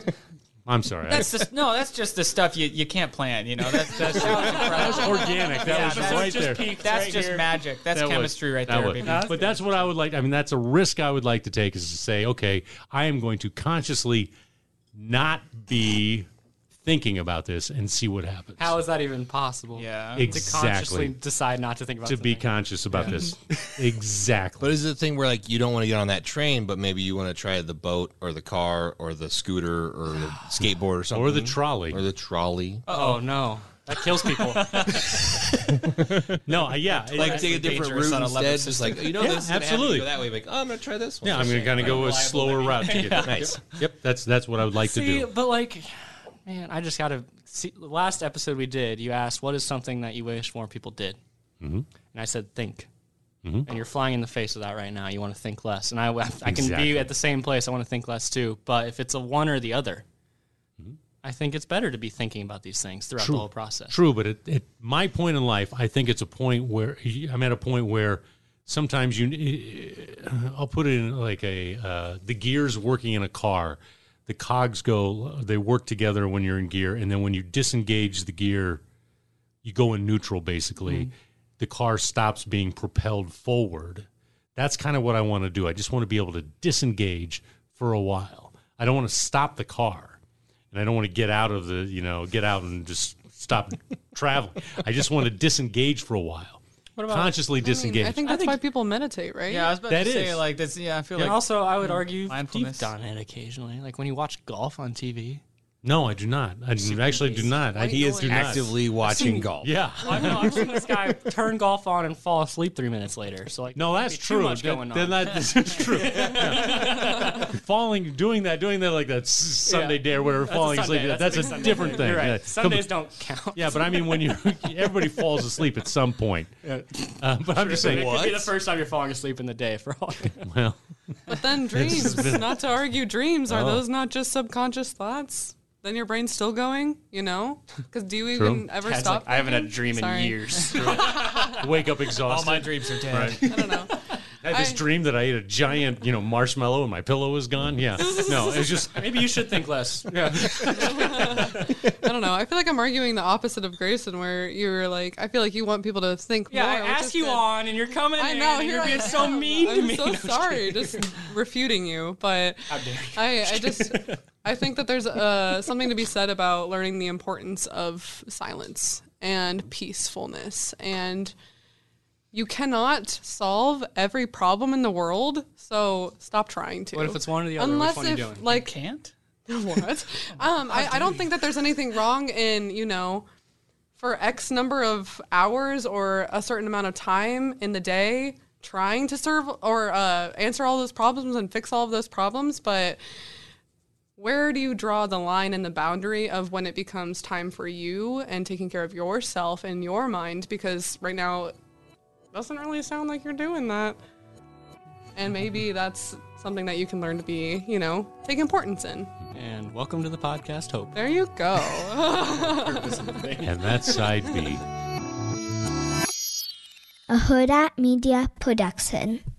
I'm sorry.
that's just no, that's just the stuff you, you can't plan. You know, that's that's that's
organic. That was
that's
right
just
there.
peaked That's just magic. That's
That was-
chemistry right
that
there,
was-
baby.
But that's what I would like. I mean, that's a risk I would like to take is to say, okay, I am going to consciously not be thinking about this and see what happens.
How is that even possible?
Yeah.
To consciously
exactly.
decide not to think about
To be
something.
conscious about this. exactly.
But is it the thing where like you don't want to get on that train, but maybe you want to try the boat or the car or the scooter or the skateboard or something
Or the trolley.
or the trolley?
Oh no, that kills people.
no, I- yeah. it-
like take a different
dangerous
route
on a lever
instead. Just like you know,
Yeah,
this is gonna happen,
absolutely.
you go that way. Like, oh, I'm gonna try this one.
yeah, I'm going to kind of go a slower route to get there.
Nice.
Yep, that's that's what I would like
See,
to do.
but like, man, I just gotta. See, the last episode we did, you asked what is something that you wish more people did, mm-hmm. and I said think.
Mm-hmm.
And you're flying in the face of that right now. You want to think less, and I, I can
Exactly.
be at the same place. I want to think less too. But if it's a one or the other, I think it's better to be thinking about these things throughout the whole process.
Mm-hmm. True, but at, at my point in life, I think it's a point where I'm at a point where sometimes you, I'll put it in like a uh, the gears working in a car, the cogs go they work together when you're in gear, and then when you disengage the gear, you go in neutral basically. The car stops being propelled forward. That's kind of what I want to do. I just want to be able to disengage for a while. I don't want to stop the car and I don't want to get out of the, you know, get out and just stop traveling. I just want to disengage for a while. Consciously disengage.
I think that's why people meditate, right?
Yeah, I was about
That
to say
is.
like that's yeah. I feel
And
like
also, I would argue you've
mindfulness.
done it occasionally, like when you watch golf on TV.
no, I do not. I do- actually do not. I
He is
do not.
actively watching golf.
Yeah.
I know. I've seen this guy turn golf on and fall asleep three minutes later. So like,
No,
there can't
that's
be
true.
Too much
That-
going on.
then that- this is true. Yeah. Falling, doing that, doing that like that s- Sunday day or whatever,
a
falling
Sunday.
asleep. That's,
That's a
a
big Sunday.
different thing.
You're right.
Yeah. Come-
Sundays don't count.
Yeah, but I mean, when you everybody falls asleep at some point. Uh, but I'm just saying,
it could be the first time you're falling asleep in the day for all.
well,
But then dreams, not to argue dreams, are those not just subconscious thoughts? Then your brain's still going, you know? Because do you even ever
Dad's
stop?
like, I haven't had a
thinking?"
dream
Sorry.
in years.
wake up
all
exhausted.
my dreams are dead.
I don't know.
I had this
I-
dream that I ate a giant, you know, marshmallow and my pillow was gone. Yeah, no, it was just
Maybe you should think less.
I don't know. I feel like I'm arguing the opposite of Grayson, where you were like, I feel like you want people to think
Yeah,
more.
I
which
asked
is
you
good.
on, and you're coming.
I
in,
know.
and
here
you're
I
being so
am.
mean to
I'm
me.
so sorry, just refuting you. But I, I just, I think that there's uh, something to be said about learning the importance of silence and peacefulness and. You cannot solve every problem in the world, so stop trying to.
What if it's one or the other? Which
Unless
one are you
if,
doing?
like,
Can't.
what? Um, I, I don't think that there's anything wrong in, you know, for X number of hours or a certain amount of time in the day trying to serve or uh, answer all those problems and fix all of those problems. But where do you draw the line and the boundary of when it becomes time for you and taking care of yourself and your mind? Because right now, it doesn't really sound like you're doing that. And maybe that's something that you can learn to be, you know, take importance in.
And welcome to the podcast, Hope.
There you go.
And that's side B.
a Huda Media production.